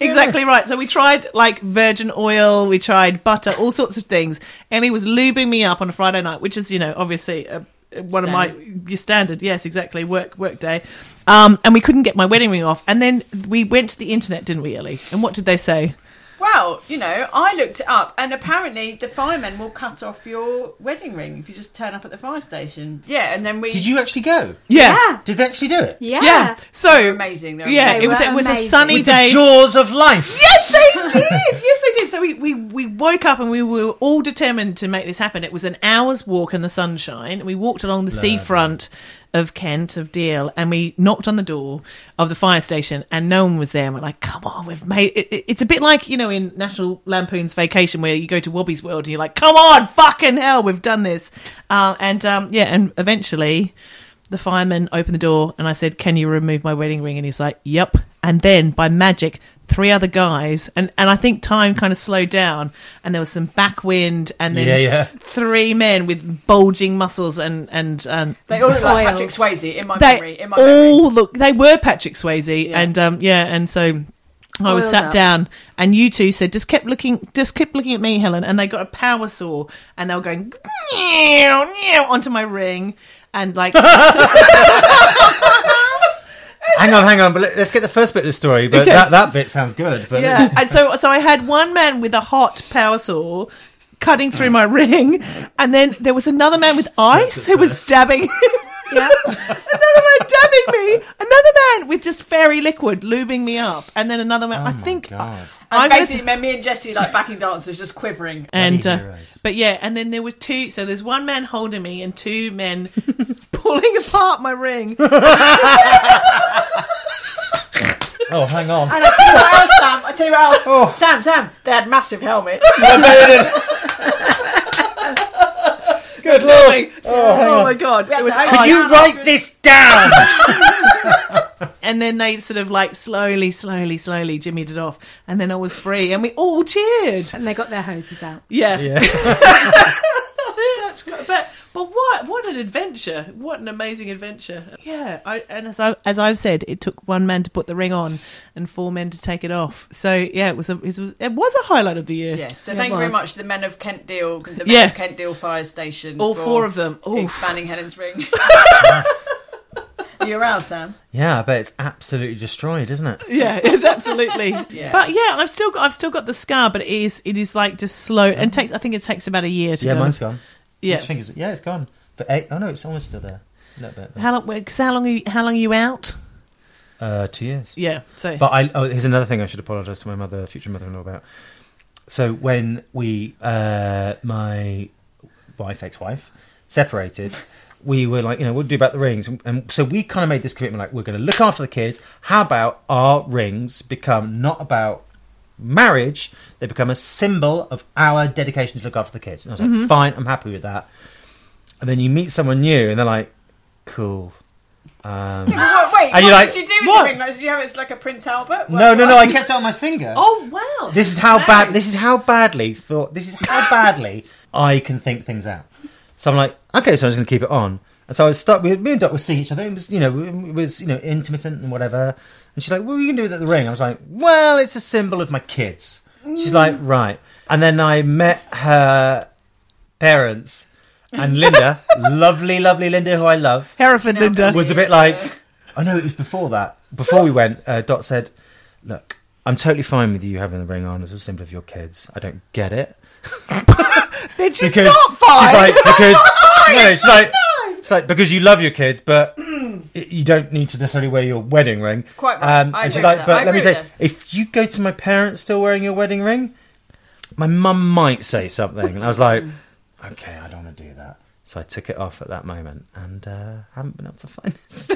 exactly right. So we tried like virgin oil, we tried butter, all sorts of things. Ellie was lubing me up on a Friday night, which is you know obviously uh one of my your standard. Yes, exactly. Work work day. Um, and we couldn't get my wedding ring off, and then we went to the internet, didn't we, Ellie? And what did they say? Well, you know, I looked it up, and apparently the firemen will cut off your wedding ring if you just turn up at the fire station. Yeah, and then we. Did you actually go? Yeah. Did they actually do it? Yeah. yeah. So amazing, they're yeah, amazing. it was They were it was a amazing. sunny With day. the jaws of life. Yes, they did. Yes, they did. So we, we, we woke up and we were all determined to make this happen. It was an hour's walk in the sunshine. We walked along the seafront of Kent, of Deal, and we knocked on the door of the fire station, and no one was there. And we're like, come on, we've made it. it- It's a bit like, you know, in National Lampoon's Vacation, where you go to Wobby's World and you're like, come on, fucking hell, we've done this. Uh, and um, yeah, and eventually. The fireman opened the door and I said, Can you remove my wedding ring? And he's like, Yep. And then by magic, three other guys, and, and I think time kind of slowed down and there was some backwind and then Yeah, yeah. three men with bulging muscles and, and, and They all look like Oil. Patrick Swayze in my they memory. In my all memory. look, they were Patrick Swayze. Yeah. And um, yeah, and so. I was Oiled sat up. down, and you two said, "Just kept looking, just kept looking at me, Helen." And they got a power saw, and they were going "Meow, meow," onto my ring, and like Hang on, hang on. But let- let's get the first bit of the story. But Okay. that, that bit sounds good. But Yeah, and so so I had one man with a hot power saw cutting through my ring, and then there was another man with ice who was stabbing. Yeah. another man dabbing me. Another man with just fairy liquid lubing me up, and then another man. I think Oh God. I'm And gonna basically, meant me and Jesse like backing dancers, just quivering. and Bloody uh, heroes. but yeah, and then there was two. So there's one man holding me and two men pulling apart my ring. oh, hang on. And I tell you what else, Sam. I tell you what else. Sam, Sam, they had massive helmets. Good lord! Oh, hang Oh on. my god! had It was to open Could art. you write this down? and then they sort of like slowly, slowly, slowly jimmied it off, and then I was free, and we all cheered. And they got their hoses out. Yeah, yeah. That's great. But but what what an adventure! What an amazing adventure! Yeah, I, and as I as I've said, it took one man to put the ring on and four men to take it off. So yeah, it was a it was, it was a highlight of the year. Yes. So It thank you very was. much to the men of Kent Deal, the men Yeah. of Kent Deal Fire Station. All for four of them. Oof. Expanding Helen's ring. You're out, Sam. Yeah, I bet it's absolutely destroyed, isn't it? Yeah, it's absolutely. Yeah. But yeah, I've still got I've still got the scar, but it is it is like just slow and takes. I think it takes about a year to Yeah, go. mine's gone. Yeah. Which fingers? Yeah, it's gone. But eight, oh no, it's almost still there. A little bit. How long? Because how long? Are you, how long are you out? Uh, two years. Yeah. So But I, oh, here's another thing I should apologise to my mother, future mother-in-law about. So when we, uh, my wife, ex-wife, separated, we were like, you know, what do we do about the rings? And, and so we kind of made this commitment, like, we're going to look after the kids. How about our rings become not about marriage? They become a symbol of our dedication to look after the kids. And I was like, fine, I'm happy with that. And then you meet someone new, and they're like, cool. Um, Well, wait, And what you're like, did you do with what? the ring? Like, did you have it as like a Prince Albert? no, no, no, I kept it on my finger. Oh wow! This is how bad. This is how badly thought. This is how badly I can think things out. So I'm like, okay, so I'm just going to keep it on. And so I was stuck. We, me and Dot were seeing each other. It was, you know, it was, you know, intermittent and whatever. And she's like, "What are you going to do with the ring?" I was like, "Well, it's a symbol of my kids." She's like, "Right." And then I met her parents, and Linda, lovely, lovely Linda, who I love, Hereford Linda. was a bit like, I know it was before that. Before we went, uh, Dot said, "Look, I'm totally fine with you having the ring on as a symbol of your kids. I don't get it." Then she's Because not fine. She's like because no, she's like it's like because you love your kids, but it- you don't need to necessarily wear your wedding ring. Um, Quite right. I and agree she's with like, that. but I let me agree say, with if you go to my parents still wearing your wedding ring, my mum might say something. And I was like, okay, I don't want to do that. So I took it off at that moment and uh, haven't been able to find it. since.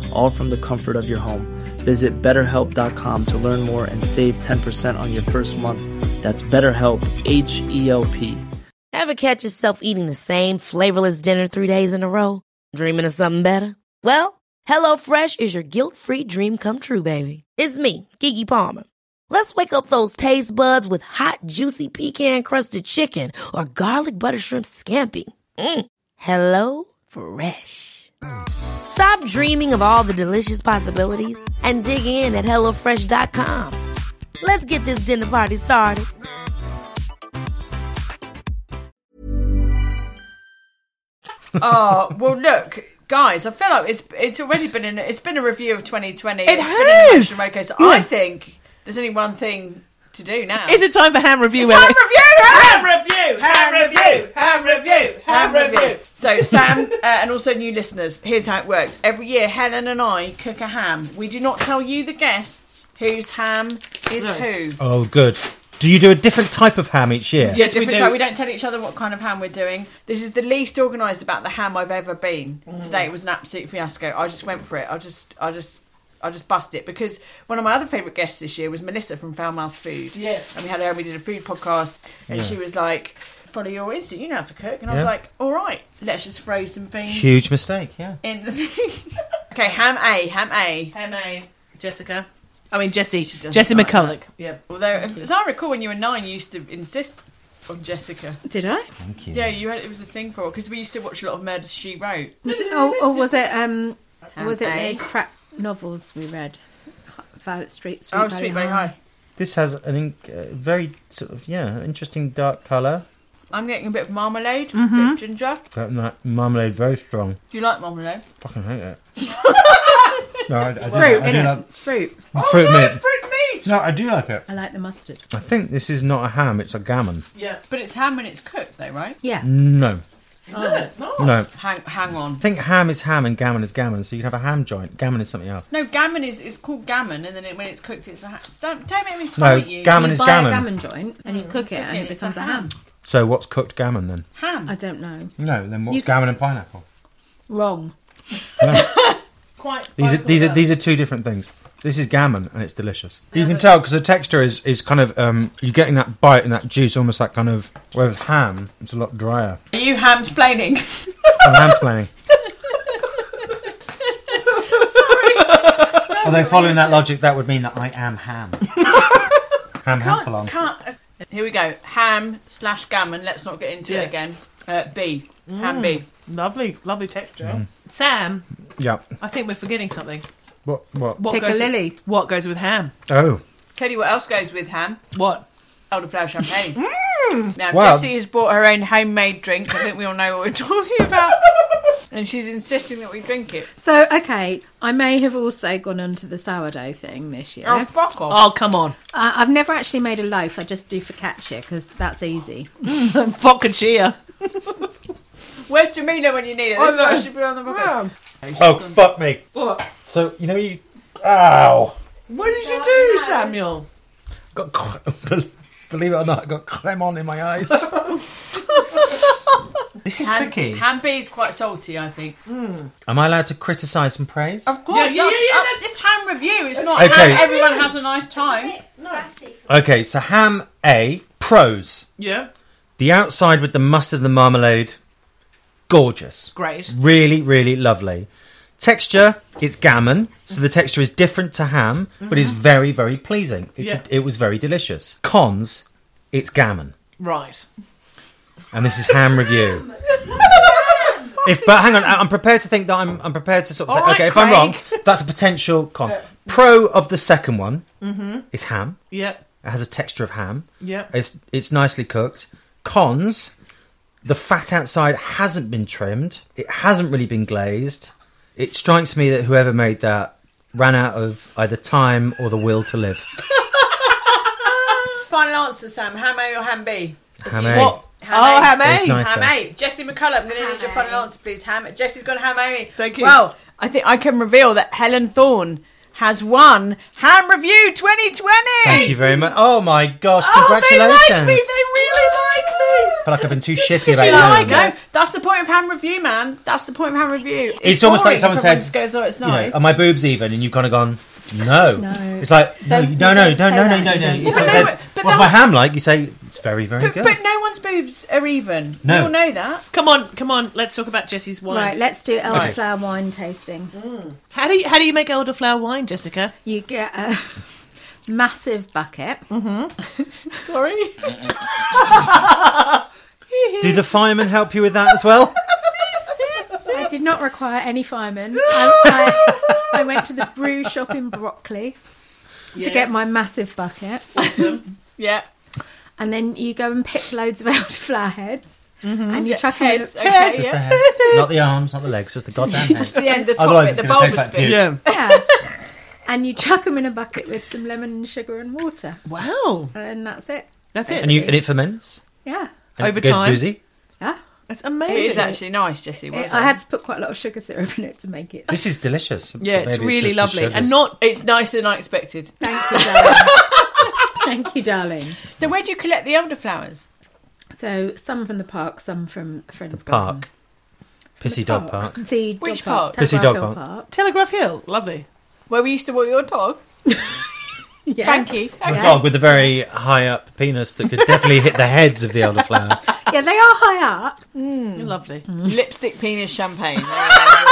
all from the comfort of your home. Visit betterhelp.com to learn more and save 10% on your first month. That's BetterHelp, H E L P. Ever catch yourself eating the same flavorless dinner three days in a row? Dreaming of something better? Well, HelloFresh is your guilt-free dream come true, baby. It's me, Gigi Palmer. Let's wake up those taste buds with hot, juicy pecan-crusted chicken or garlic butter shrimp scampi. Mm. Hello Fresh. Stop dreaming of all the delicious possibilities and dig in at HelloFresh.com. Let's get this dinner party started. oh well, look, guys, I feel like it's it's already been in it's been a review of 2020. It has. Been an emotional rollercoaster. Yeah. I think there's only one thing to do now. Is it time for ham review? It's Ellie? ham review? Ham review! Ham review! Ham review! Ham review! So, Sam, uh, and also new listeners, here's how it works. Every year, Helen and I cook a ham. We do not tell you, the guests, whose ham is who. Oh, good. Do you do a different type of ham each year? Yes, we Different do. type- we don't tell each other what kind of ham we're doing. This is the least organised about the ham I've ever been. Today it was an absolute fiasco. I just went for it. I just, I just, I just bust it because one of my other favourite guests this year was Melissa from Foul Mouth Food. Yes. and we had her. We did a food podcast, and she was like, "Follow your instinct. You know how to cook." And I was Yeah. like, "All right, let's just throw some beans Huge mistake. Yeah. in the thing." okay, ham A, ham A. Ham A, Jessica. I mean Jesse. doesn't Jesse like McCulloch. Yeah. Although, as I recall, when you were nine, you used to insist on Jessica. Did I? Thank you. Yeah, you had it was a thing for because we used to watch a lot of Murder She Wrote. Was it, oh, or was it um, Or was it Um, those crap novels we read? Violet Street, Sweet Oh, Valley Sweet Valley High. High. This has an in- uh, very sort of yeah interesting dark color. I'm getting a bit of marmalade, a bit Mhm. of ginger. But that marmalade very strong. Do you like marmalade? Fucking hate it. no, I, I do, Fruit, like, I do innit? like It's fruit. Oh, fruit meat. fruit meat. No, I do like it. I like the mustard. I think this is not a ham; it's a gammon. Yeah, but it's ham when it's cooked, though, right? Yeah. No, Is it? no. Hang, hang I on. think ham is ham and gammon is gammon. So you can have a ham joint. Gammon is something else. No, gammon is it's called gammon, and then it, when it's cooked, it's a ham. Don't, don't make me No, fight you. gammon You is buy a gammon. Gammon joint, and you cook it, and it becomes Mm. a ham. So what's cooked gammon then? Ham. I don't know. No, then what's You- gammon and pineapple? Wrong. Quite. These are these are these are two different things. This is gammon and it's delicious. You can tell because the texture is is kind of um you're getting that bite and that juice almost like kind of whereas ham it's a lot drier. Are you hamsplaining? I'm hamsplaining. Although following that logic, that would mean that I am ham. ham ham for long. Can't. Here we go. Ham slash gammon. Let's not get into Yeah. it again. Uh, B. Ham Mm, B. Lovely, lovely texture. Mm. Sam, Yeah. I think we're forgetting something. What? What? goes With, what goes with ham? Oh, Tell you what else goes with ham. What? Elderflower champagne. Now Wow. Jessie has bought her own homemade drink. I think we all know what we're talking about. and she's insisting that we drink it. So, okay, I may have also gone on to the sourdough thing this year. Oh, fuck off. Oh, come on. Uh, I've never actually made a loaf. I just do focaccia because that's easy. focaccia. Where's Jamila when you need it? Oh, This no. one should be on the podcast. oh, fuck me. What? So you know you. Ow. What did you do, Samuel? Got cre- believe it or not, I got creme on in my eyes. this is ham, tricky. Ham B is quite salty, I think. Am I allowed to criticise and praise? Of course, yeah, that's- yeah, uh, it's ham review. It's not Okay. ham. Everyone has a nice time. No. Okay, so ham A pros. Yeah. The outside with the mustard and the marmalade, gorgeous. Great. Really, really lovely. Texture, it's gammon, so the texture is different to ham, but is Mm-hmm. Mhm. very, very pleasing. It's Yeah. it was very delicious. Cons, it's gammon, Right. and this is ham review. If, but hang on, I- I'm prepared to think that I'm, I'm prepared to sort of say, All right, okay, if I'm Craig. wrong, that's a potential con. Pro of the second one Mm-hmm. is ham. Yep. It has a texture of ham. Yep. It's it's nicely cooked. Cons, the fat outside hasn't been trimmed. It hasn't really been glazed. It strikes me that whoever made that ran out of either time or the will to live. Final answer, Sam. Ham A or ham B? Ham A. What? Oh, ham A. It's nicer. Ham A. Jesse McCullough, I'm going to need your final answer, please. Ham. Jesse's gone ham A. Thank you. Well, I think I can reveal that Helen Thorne has won Ham Review 2020. Thank you very much. Oh my gosh! Oh, they Congratulations! like me. They really like me. I feel like I've been too shitty Because about you it. like it. That's the point of ham review, man. That's the point of ham review. It's, almost like boring someone if said, everyone just goes, oh, it's you know, nice. "Are my boobs even?" And you've kind of gone, "No." No. It's like, no, Don't- you- no, no, you no, don't no, no, say no, that. no. You don't. It sort of But no, says, but "What's that- my ham like?" You say, "It's very, very but, good." but no one's boobs are even. No. We all know that. Come on, come on. Let's talk about Jessie's wine. Right, let's do Right. elderflower wine tasting. How do you how do you make elderflower wine, Jessica? You get a massive bucket. Sorry. Do the firemen help you with that as well? I did not require any firemen. I, I, I went to the brew shop in Broccoli to Yes. get my massive bucket. Yeah. And then you go and pick loads of elderflower heads. And you Yeah, chuck 'em in heads, a- okay, heads. yeah. The heads. not the arms, not the legs, just the goddamn head. Just the end, the top Otherwise, bit, it's the gonna taste bulbous bit. like puke. Yeah. Yeah. and you chuck them in a bucket with some lemon and sugar and water. Wow. And then that's it. And you and it ferments. Yeah. And Over it goes time. boozy. Yeah. That's It is actually nice, Jesse. well It- I done. had to put quite a lot of sugar syrup in it to make it. This is delicious. Yeah, But it's maybe really just the lovely. And sugars. not. It's nicer than I expected. Thank you, darling. Thank you, darling. So, where do you collect the elderflowers? So some from the park, some from a friend's garden. park. Pissy dog park. The Which dog park? park? Pissy Telegraph dog Hill park. Telegraph Hill, lovely. Where we used to walk your dog? yeah. Thank you. A Okay. dog with a very high up penis that could definitely hit the heads of the elderflower. Yeah, they are high up. Mm. Lovely. Lipstick, penis, champagne.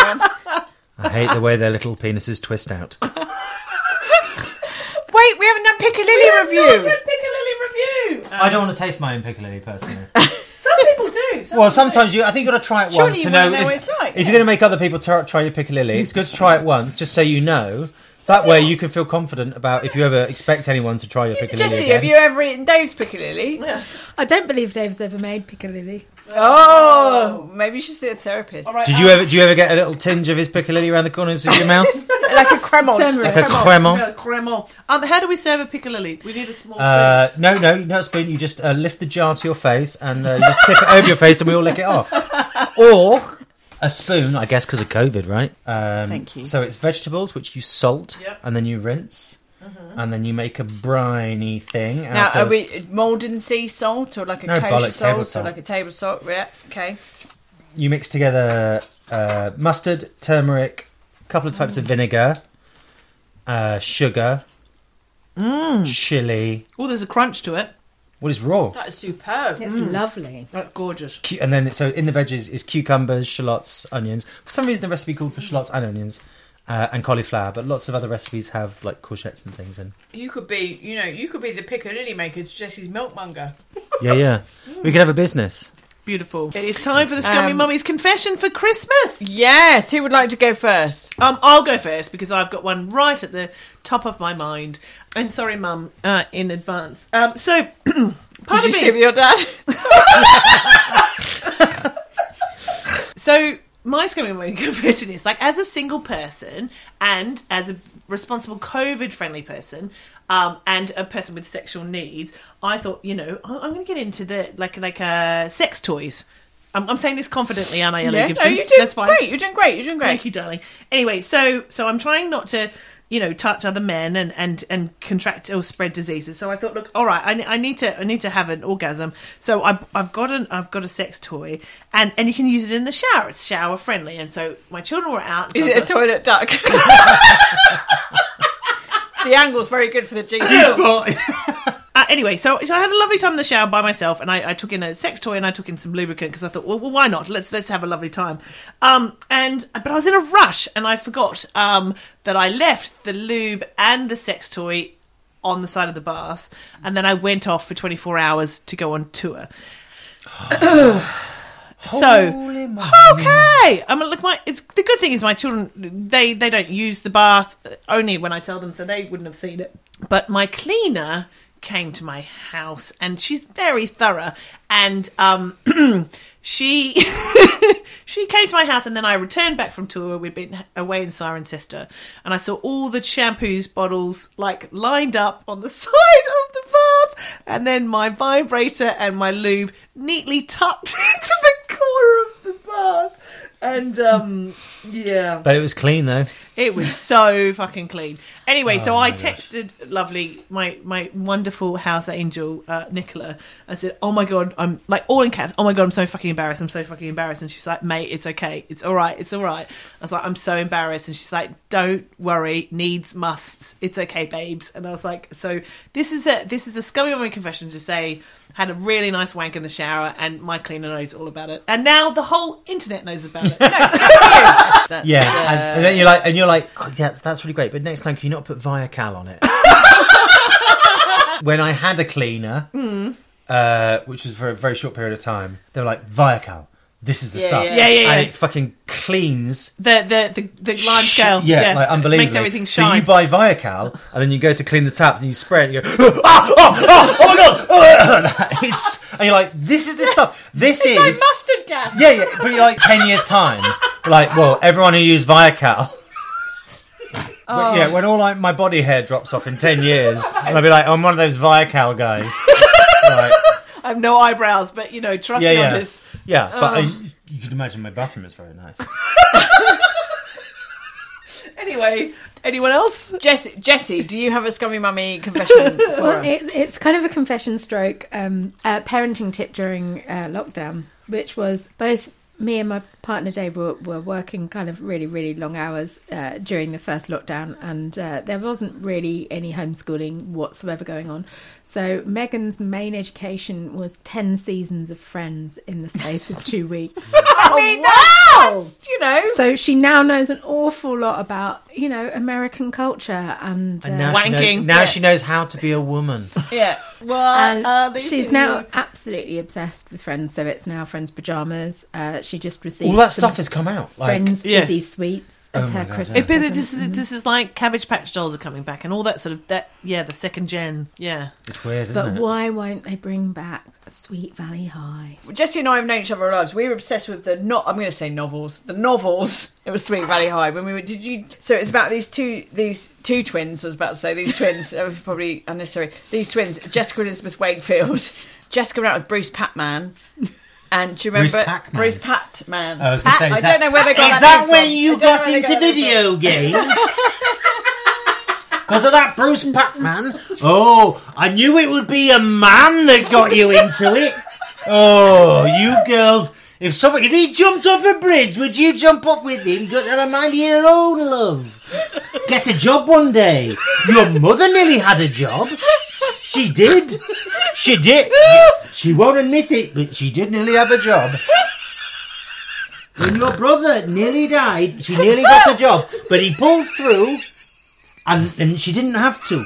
I hate the way their little penises twist out. Wait, we haven't done Piccadilly We have not review. done Piccadilly review. I don't want to taste my own piccalilli personally. Some people do. Well, sometimes you. I think you got to try it Surely once you to wanna know, know if, what it's like, eh? if you're going to make other people try, try your Piccadilly. It's good to try it once, just so you know. That way, you can feel confident about if you ever expect anyone to try your Piccadilly Jesse, again. have you ever eaten Dave's Piccadilly? I don't believe Dave's ever made Piccadilly. Oh, maybe you should see a therapist. Did you ever? Do you ever get a little tinge of his Piccadilly around the corners of your mouth? Oh, like a cremon? Turmeric. Like a cremant. A cremant. Um, how do we serve a piccalilli? We need a small. Uh, no, no, no spoon. You just uh, lift the jar to your face and uh, you just tip it over your face, and we all lick it off. Or a spoon, I guess, because of COVID, right? Um, Thank you. So it's vegetables which you salt and then you rinse, and then you make a briny thing. Mm-hmm. Now, out are of- we molden sea salt or like a No, kosher bollocks, salt table or salt. like a table salt? Yeah, okay. you mix together uh, mustard, turmeric, a couple of types Mm. of vinegar, uh, sugar, Mm. chili. Oh, there's a crunch to it. What is raw? That is superb. It's lovely. That's gorgeous. Cu- and then so in the veggies is cucumbers, shallots, onions. For some reason, the recipe called for shallots and onions uh, and cauliflower, but lots of other recipes have like courgettes and things in. You could be, you know, you could be the Piccadilly maker to Jesse's milkmonger. Yeah, yeah, we could have a business. Beautiful. It is time for the Scummy Um, Mummy's confession for Christmas. Yes. Who would like to go first? Um, I'll go first because I've got one right at the top of my mind. And sorry, Mum, uh, in advance. Um, so, part Did you of me- stay with your dad? So my scumming woman confession is like as a single person and as a responsible COVID friendly person um, and a person with sexual needs, I thought you know I- I'm going to get into the like like uh, sex toys. I'm, I'm saying this confidently, aren't I, Ellie Yeah, no, Gibson? you're doing That's fine. great, you're doing great, you're doing great. Thank you, darling. Anyway, so so I'm trying not to you know touch other men and and and contract or spread diseases. So I thought, look, all right, I, ne- I need to I need to have an orgasm. So I've I've got an I've got a sex toy, and and you can use it in the shower. It's shower friendly, and so my children were out. so Is I it a thought- toilet duck? the angle's very good for the G Uh, anyway, so, so I had a lovely time in the shower by myself, and I, I took in a sex toy and I took in some lubricant because I thought, well, well, why not? Let's let's have a lovely time. Um, and but I was in a rush, and I forgot um, that I left the lube and the sex toy on the side of the bath, and then I went off for twenty four hours to go on tour. so okay i mean look my it's the good thing is my children they they don't use the bath uh, only when i tell them so they wouldn't have seen it but my cleaner came to my house and she's very thorough and um she she came to my house and then i returned back from tour we'd been away in cirencester and i saw all the shampoos bottles like lined up on the side of the bath and then my vibrator and my lube neatly tucked into the corner of the bath and um yeah But it was clean though. it was so fucking clean. Anyway, so Oh I my texted lovely my my wonderful house angel uh, Nicola. I said, "Oh my god, I'm like all in caps. Oh my god, I'm so fucking embarrassed. I'm so fucking embarrassed." And she's like, "Mate, it's okay. It's all right. It's all right." I was like, "I'm so embarrassed," and she's like, "Don't worry. Needs musts. It's okay, babes." And I was like, "So this is a this is a scummy moment confession to say." Had a really nice wank in the shower, and my cleaner knows all about it. And now the whole internet knows about it. yeah, and, and then you're like, and you're like, oh, yeah, that's, that's really great. But next time, can you not put Viacal on it? when I had a cleaner, Mm. uh, which was for a very short period of time, they were like, Viacal, this is the Yeah, stuff. yeah. Yeah, yeah, And yeah. it fucking cleans the the the, the large Sh- scale. Yeah, like It unbelievable. Makes everything So you shine. buy Viacal, and then you go to clean the taps, and you spray it, and you go, ah, oh, oh, oh my god! Oh, it's, and you're like, this is the stuff. This it's like is. mustard gas. yeah, yeah, but you're like 10 years' time. Like, well, everyone who used Viacal. Oh. Yeah, when all like, my body hair drops off in 10 years, and I'll be like, I'm one of those Viacal guys. Right. I have no eyebrows, but you know, trust yeah, me yeah. on this. Yeah, but uh, Um, you can imagine my bathroom is very nice. Anyway, anyone else? Jesse, Jesse, do you have a scummy mummy confession? for Well, us? it, it's kind of a confession stroke um, uh, parenting tip during uh, lockdown, which was both me and my partner Dave were, were working kind of really, really long hours uh, during the first lockdown, and uh, there wasn't really any homeschooling whatsoever going on. So Megan's main education was 10 seasons of Friends in the space of two weeks. Oh, I mean, wow! you know. So she now knows an awful lot about, you know, American culture and, And now, she knows, now she knows how to be a woman. Yeah. Well, And uh, are they she's doing? now absolutely obsessed with Friends, so it's now Friends pajamas. Uh, she just received All that some stuff has come out, like- Friends Yeah. busy sweets Oh as my her God, Christmas. It's been present. this is this is like Cabbage Patch dolls are coming back and all that sort of that yeah the second gen yeah It's weird, but isn't it? why won't they bring back Sweet Valley High? Jesse and I have known each other our lives. We were obsessed with the not. I'm going to say novels. The novels. It was Sweet Valley High when we were. Did you? So it's about these two. These two twins. I was about to say these twins. that was probably unnecessary. These twins, Jessica Elizabeth Wakefield. Jessica went out with Bruce Patman. And do you Bruce remember Pac-Man. Bruce Patman? I was gonna say, is that- don't know where they got Is that that name when from. you I don't know got where they into got that name video from. games? Because of that Bruce Pac-Man. Oh, I knew it would be a man that got you into it. Oh, you girls. If somebody if he jumped off a bridge, would you jump off with him? Got to mind your own love. Get a job one day. Your mother nearly had a job. She did. She did. She won't admit it, but she did nearly have a job. When your brother nearly died, she nearly got a job, but he pulled through, and, and she didn't have to.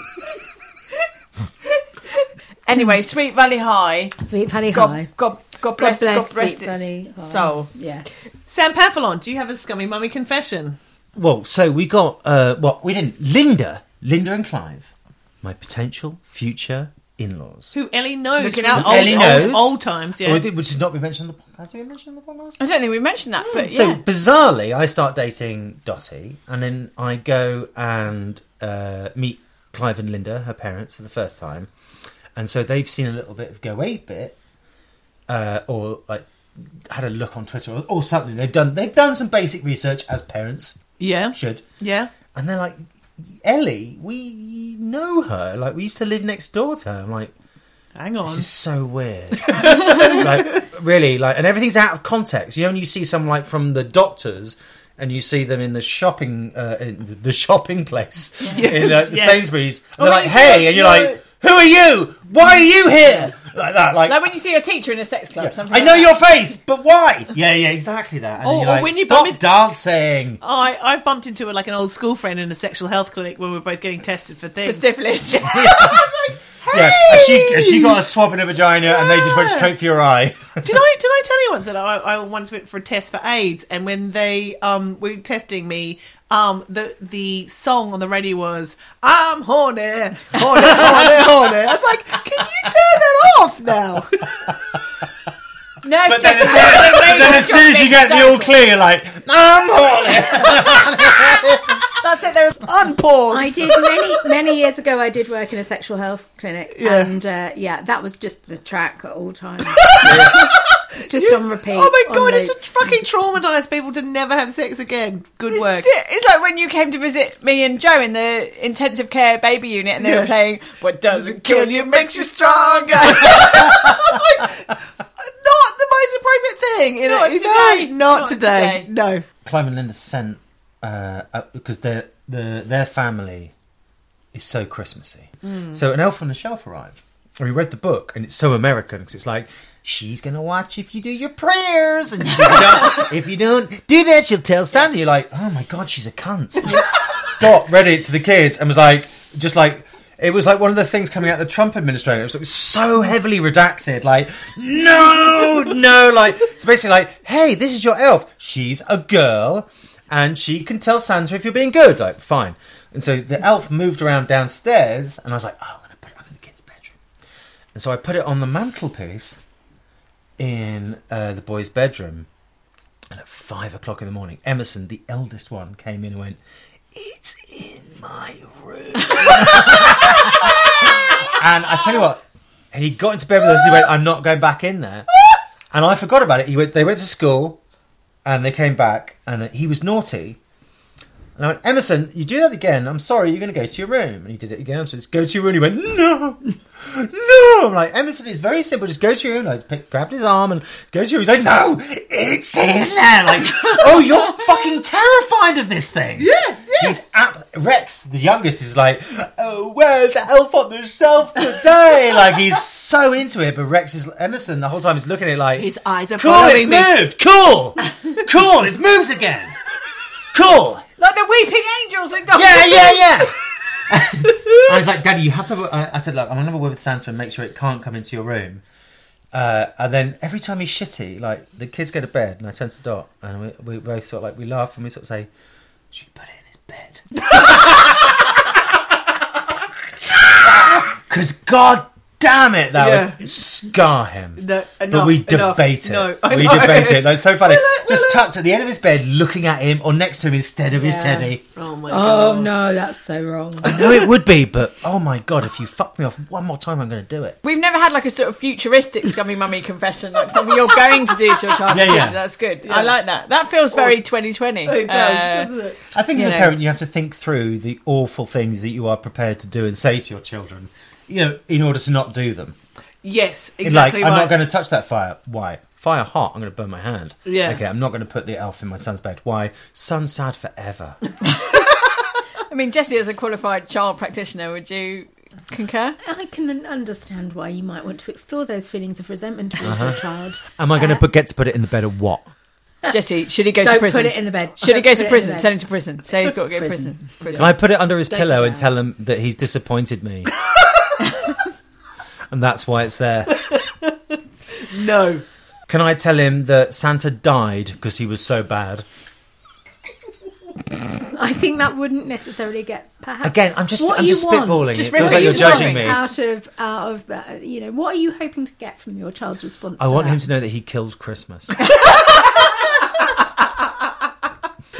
Anyway, Sweet Valley High. Sweet Valley God, High. God, God God bless. God bless, bless Sweet its Valley High. soul. Yes. Sam Pamphilon, do you have a scummy mummy confession? Well, so we got uh, well, we didn't. Linda, Linda and Clive, my potential future in-laws. Who Ellie knows? Looking from out the for old, Ellie Oh, old- knows. old times, yeah. Or Oh, did- Which is not been mentioned on the podcast. Has it been mentioned on the podcast? I don't think we mentioned that, but So yeah. bizarrely, I start dating Dottie, and then I go and uh, meet Clive and Linda, her parents, for the first time, and so they've seen a little bit of Go Eight Bit, uh, or like had a look on Twitter or, or something. They've done they've done some basic research as parents, yeah, should, yeah. and they're like, Ellie, we know her, like we used to live next door to her. I'm like, Hang on. this is so weird. like really, like and everything's out of context. You only see some like from the doctors, and you see them in the shopping uh, in the shopping place in the, yes. Sainsbury's. And Or they're when like, you see "Hey," the- and you're like, "Who are you? Why are you here?" Like that. Like, Like when you see a teacher in a sex club, something I like know that. your face, but why? Yeah, yeah, exactly that. And Or- then you're or like, when you stop bump in- dancing. Oh, I, I bumped into like an old school friend in a sexual health clinic when we were both getting tested for for things. syphilis. Yeah, and she and she got a swab in her vagina, and they just went straight for your eye. did I did I tell you once that I, I once went for a test for AIDS and when they um were testing me um the the song on the radio was I'm horny horny horny horny I was like can you turn that off now No, But then, as soon, but then as soon as you get the all clear, you're like, I'm horny. that's it they're I unpause did many many years ago. I did work in a sexual health clinic, and uh, yeah, that was just the track at all times. it's just on repeat. oh my on god it's loop. to fucking traumatize people to never have sex again good work It's, it's like when you came to visit me and Joe in the intensive care baby unit, and they were playing "What Doesn't Kill You Makes You Stronger." not the most appropriate thing in Not it today. no Not not today, today. no Clive and Linda sent uh, up because their the their family is so Christmassy. So an elf on the shelf arrived, and we read the book, and it's so American because it's like. She's gonna watch if you do your prayers, and if you don't, if you don't do this, she'll tell Santa. You're like, oh my god, she's a cunt. Dot read it to the kids and was like, just like it was like one of the things coming out of the Trump administration. It was, it was so heavily redacted, like no, no, like it's basically like, hey, this is your elf. She's a girl, and she can tell Santa if you're being good. Like fine. And so the elf moved around downstairs, and I was like, oh, I'm gonna put it up in the kids' bedroom. And so I put it on the mantelpiece in uh, the boys' bedroom. And at five o'clock in the morning, Emerson, the eldest one, came in and went, It's in my room. and I tell you what, he got into bed with us and he went, I'm not going back in there. And I forgot about it. He went, they went to school and they came back and he was naughty. And I went, Emerson, you do that again. I'm sorry, you're going to go to your room. And he did it again. So just go to your room. He went, no, no. I'm like, Emerson is very simple. Just go to your room. I picked, grabbed his arm and go to your room. He's like, no, it's in there. Like, oh, you're fucking terrified of this thing. Yes, yes. He's ab- Rex, the youngest, is like, oh, where's the elf on the shelf today? like, he's so into it. But Rex is, Emerson, the whole time is looking at it like, his eyes are cool, following it's me moved. Cool. cool, it's moved again. Cool. like the weeping angels in Doctor Yeah, yeah, yeah. I was like, Daddy, you have to. Have a, I- I said, look, I'm gonna have a word with Santa and make sure it can't come into your room. Uh, and then every time he's shitty, like the kids go to bed, and I turn to Dot, and we, we both sort of like we laugh and we sort of say, "Should we put it in his bed?" Because God damn it, that would scar him. No, but enough, we enough. debate No, it. I we know. debate it. Like, it's so funny. Just tucked at the end of his bed, looking at him, or next to him instead of his Yeah. teddy. Oh my Oh no, that's so wrong. I know it would be, but oh my god, if you fuck me off one more time, I'm going to do it. We've never had like a sort of futuristic scummy mummy confession, like something you're going to do to your child. Yeah, yeah. That's good. I like that. That feels very Uh, 2020. It does, doesn't it? I think you as a know. parent, you have to think through the awful things that you are prepared to do and say to your children, you know, in order to not do them. Yes, Like, exactly. I'm right. not going to touch that fire. Why? Fire hot. I'm going to burn my hand. Yeah. Okay. I'm not going to put the elf in my son's bed. Why? Son's sad forever. I mean, Jesse, as a qualified child practitioner, would you concur? I can understand why you might want to explore those feelings of resentment towards Uh-huh. your child. Am I going to put, get to put it in the bed or what? Jesse, should he go Don't to put prison? it in the bed. Should he Don't go put it to in the prison? bed. Send him to prison. Say he's got to go to prison. prison. Can I put it under his Go to pillow and jail. tell him that he's disappointed me? and that's why it's there. no. Can I tell him that Santa died because he was so bad? I think that wouldn't necessarily get perhaps. Again, I'm just- what I'm you just want- spitballing. Just It feels really like you're what judging you me. want Out of out of that, you know, what are you hoping to get from your child's response? I want that? him to know that he killed Christmas.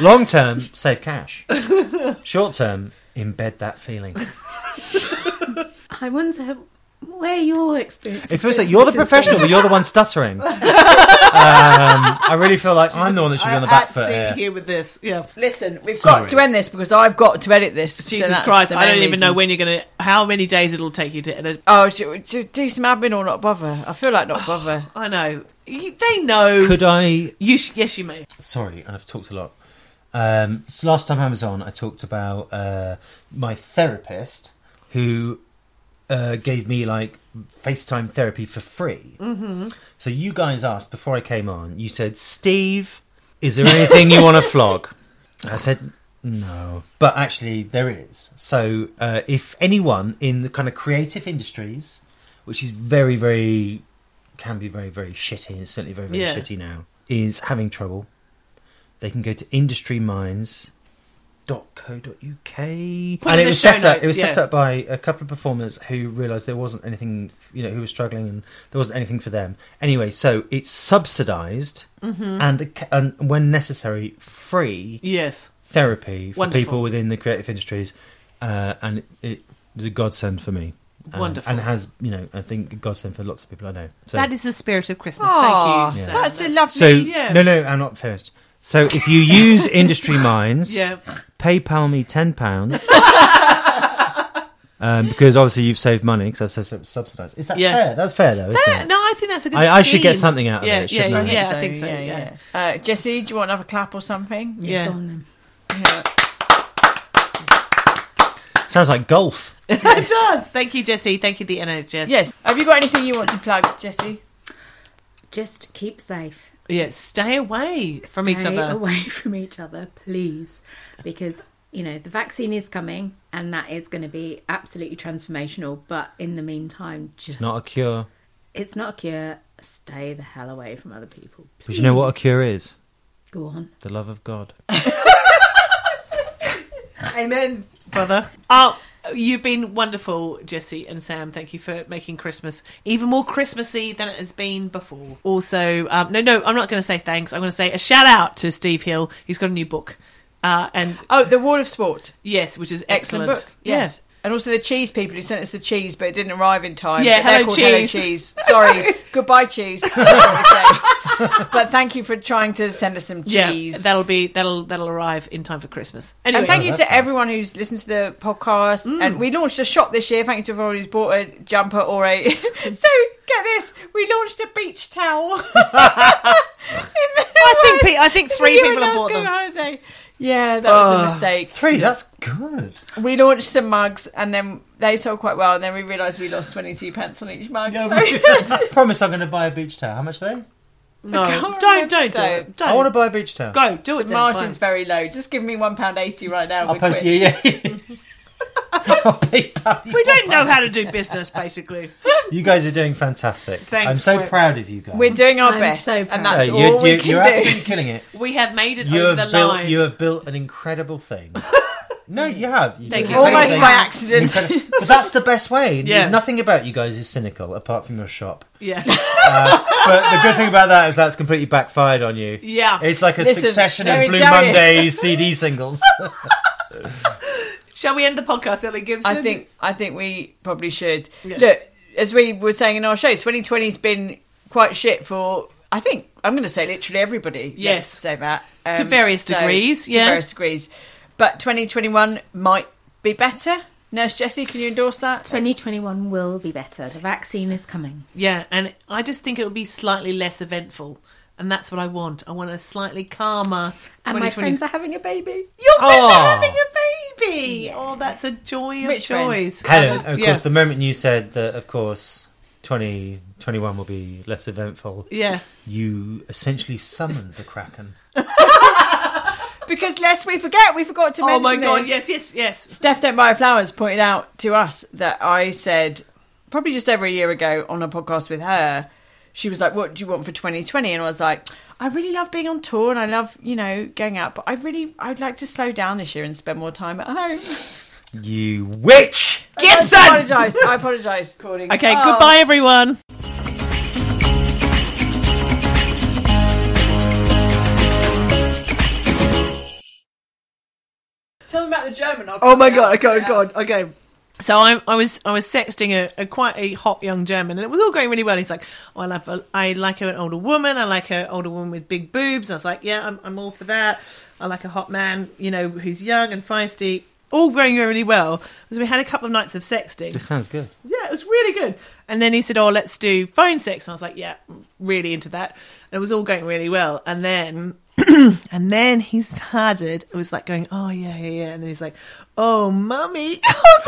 Long term, save cash. Short term, embed that feeling. I wonder where your experience. It of feels like you're the Christmas is professional, going. but you're the one stuttering. Um, I really feel like I'm the one that should be on the back at foot sea here. here with this. Yeah. Listen, we've Sorry. got to end this because I've got to edit this. so Jesus that's Christ, the I main don't even know reason. when you're gonna. How many days it'll take you to edit? Oh, should, should do some admin or not bother? I feel like not bother. I know. You- They know. Could I You sh- yes, you may. sorry, I've talked a lot. Um, so last time I was on, I talked about uh, my therapist who uh, gave me like FaceTime therapy for free. Mm-hmm. So you guys asked before I came on. You said, "Steve, is there anything you want to flog?" I said, "No," but actually there is. So uh, if anyone in the kind of creative industries, which is very, very, can be very, very shitty, and certainly very, very Yeah. shitty now, is having trouble, they can go to Industry Minds co.uk Put in and it the was show set up. It notes, was set yeah. up by a couple of performers who realised there wasn't anything, you know, who were struggling and there wasn't anything for them. Anyway, so it's subsidised Mhm. and, and when necessary, free. Yes. therapy for Wonderful. people within the creative industries, uh, and it was a godsend for me. And- Wonderful. and has you know I think a godsend for lots of people I know. So That is the spirit of Christmas. Aw, Thank you. Sam. Ah, That's a lovely. so no, no, I'm not finished. So if you use Industry Minds, Yeah. PayPal me ten pounds. Um, because obviously you've saved money because I said it was subsidised. Is that Yeah. fair? That's fair though, isn't That- it? no, I think that's a good. I- I should scheme. get something out of yeah, it, Yeah, shouldn't I? yeah, I think so. Yeah, Uh, Jesse, do you want another clap or something? Yeah, Yeah. go on then. Yeah. Sounds like golf. it does. Thank you, Jesse. Thank you, the NHS. Yes. Have you got anything you want to plug, Jesse? Just keep safe. Yes. Stay away from each Stay other. away from each other, please, because you know the vaccine is coming, and that is going to be absolutely transformational. But in the meantime, just It's not a cure. it's not a cure. Stay the hell away from other people. But you know what a cure is? Go on. The love of God. Amen, brother. Oh, you've been wonderful, Jesse and Sam. Thank you for making Christmas even more Christmassy than it has been before. Also, um, no, no, I'm not going to say thanks. I'm going to say a shout out to Steve Hill. He's got a new book, uh, and Oh, the Wall of Sport. yes, which is excellent. Excellent, book. Yes. And also the cheese people who sent us the cheese, but it didn't arrive in time. Yeah, But they're hello, called cheese. Hello cheese. Sorry, goodbye cheese. that's what we say. but thank you for trying to send us some Yeah, cheese. that'll be that'll that'll arrive in time for Christmas. Anyway, oh, and thank you to everyone who's listened to the podcast. Mm. And we launched a shop this year. Thank you to everyone who's bought a jumper or a. so get this, we launched a beach towel. I think pe- I think three people have bought them. Ah. them. Yeah, that was Uh, a mistake. Three, that's good. We launched some mugs, and then they sold quite well. And then we realised we lost twenty two pence on each mug. so- Promise I'm going to buy a beach towel. How much are they? No, can't don't remember don't do it. that. Don't. I want to buy a beach towel. go do it. the then, margin's fine. very low. Just give me one pound eighty right now. and I'll we're post quits. you. Yeah, yeah. I'll we don't know how to do business, basically. You guys are doing fantastic. Thanks, I'm so we're- proud of you guys. We're doing our I'm best, so proud. and that's Uh, all you're, we you're- can you're do. absolutely killing it. We have made it You over have the built, line. You have built an incredible thing. no, you have. You Thank did. you. Almost by accident. Incredible- but that's the best way. Yeah. Nothing about you guys is cynical apart from your shop. Yeah. Uh, but the good thing about that is that's completely backfired on you. Yeah. It's like a Listen, succession let of me Blue tell you. Monday CD singles. Shall we end the podcast, Ellie Gibson? I think I think we probably should. Yeah. Look, as we were saying in our shows, 2020's been quite shit for. I think I'm going to say literally everybody. Let's Yes. say that Um, To various degrees, yeah. to various degrees. But 2021 might be better. Nurse Jessie, can you endorse that? 2021 will be better. The vaccine is coming. Yeah, and I just think it will be slightly less eventful. And that's what I want. I want a slightly calmer. And my friends are having a baby. Your friends Oh. are having a baby. Oh, that's a joy of Rich joys. Helen, That's- of yeah. course, the moment you said that, of course, 2021 will be less eventful. Yeah. You essentially summoned the Kraken. Because lest we forget, we forgot to Oh mention my god! this. Yes, yes, yes. Steph Don't Buy Flowers pointed out to us that I said probably just over a year ago on a podcast with her. She was like, "What do you want for 2020?" And I was like, "I really love being on tour and I love you know going out, but I really I'd like to slow down this year and spend more time at home." You witch! Gibson! I apologise. I apologise, Cording. Okay, Oh. goodbye, everyone. Tell them about the German. I'll Oh my cut it God, out. okay, Yeah. God. Okay. So I, I was I was sexting a, a quite a hot young German, and it was all going really well. He's like, "Oh, I love I like an older woman. I like an older woman with big boobs." And I was like, "Yeah, I'm, I'm all for that. I like a hot man, you know, who's young and feisty." All going really well. So we had a couple of nights of sexting. This sounds good. Yeah, it was really good. And then he said, "Oh, let's do phone sex." And I was like, "Yeah, really into that." And it was all going really well. And then, and then he started. It was like going, "Oh yeah, yeah, yeah." And then he's like, "Oh, mummy." I was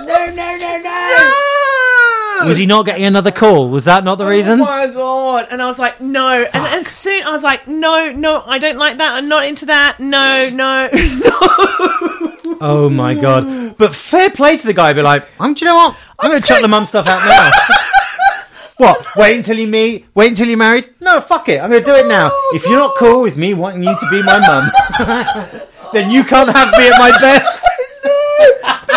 like, no, no, no, Oh, no, no. Was he not getting another call? Was that not the reason? Oh my god! And I was like, no. And, and soon I was like, no, no, I don't like that. I'm not into that. No, no, Oh my god! But fair play to the guy. Be like, I'm. Do you know what? I'm going to chuck the mum stuff out now. what? Wait until you meet. Wait until you're married. No, fuck it. I'm going to do it now. if you're not cool with me wanting you to be my mum, then you can't have me at my best.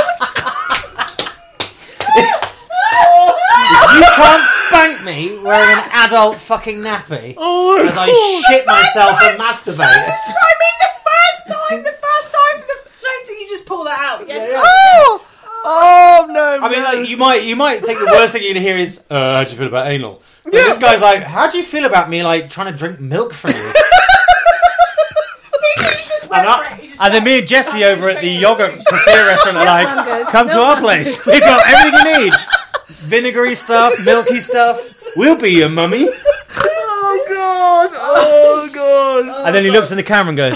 If you can't spank me wearing an adult fucking nappy Oh, as I shit myself and masturbate. I mean, the first time, the first time you just pull that out. Yes. Oh, oh no! I mean, like you might you might think the worst thing you're gonna hear is, uh, "How do you feel about anal?" But this guy's like, "How do you feel about me like trying to drink milk from you?" and, I- and then me and Jesse over at the yogurt buffet restaurant are like, "Come to our place. We've got everything you need: vinegary stuff, milky stuff. We'll be your mummy." Oh god! Oh god! And then he looks in the camera and goes,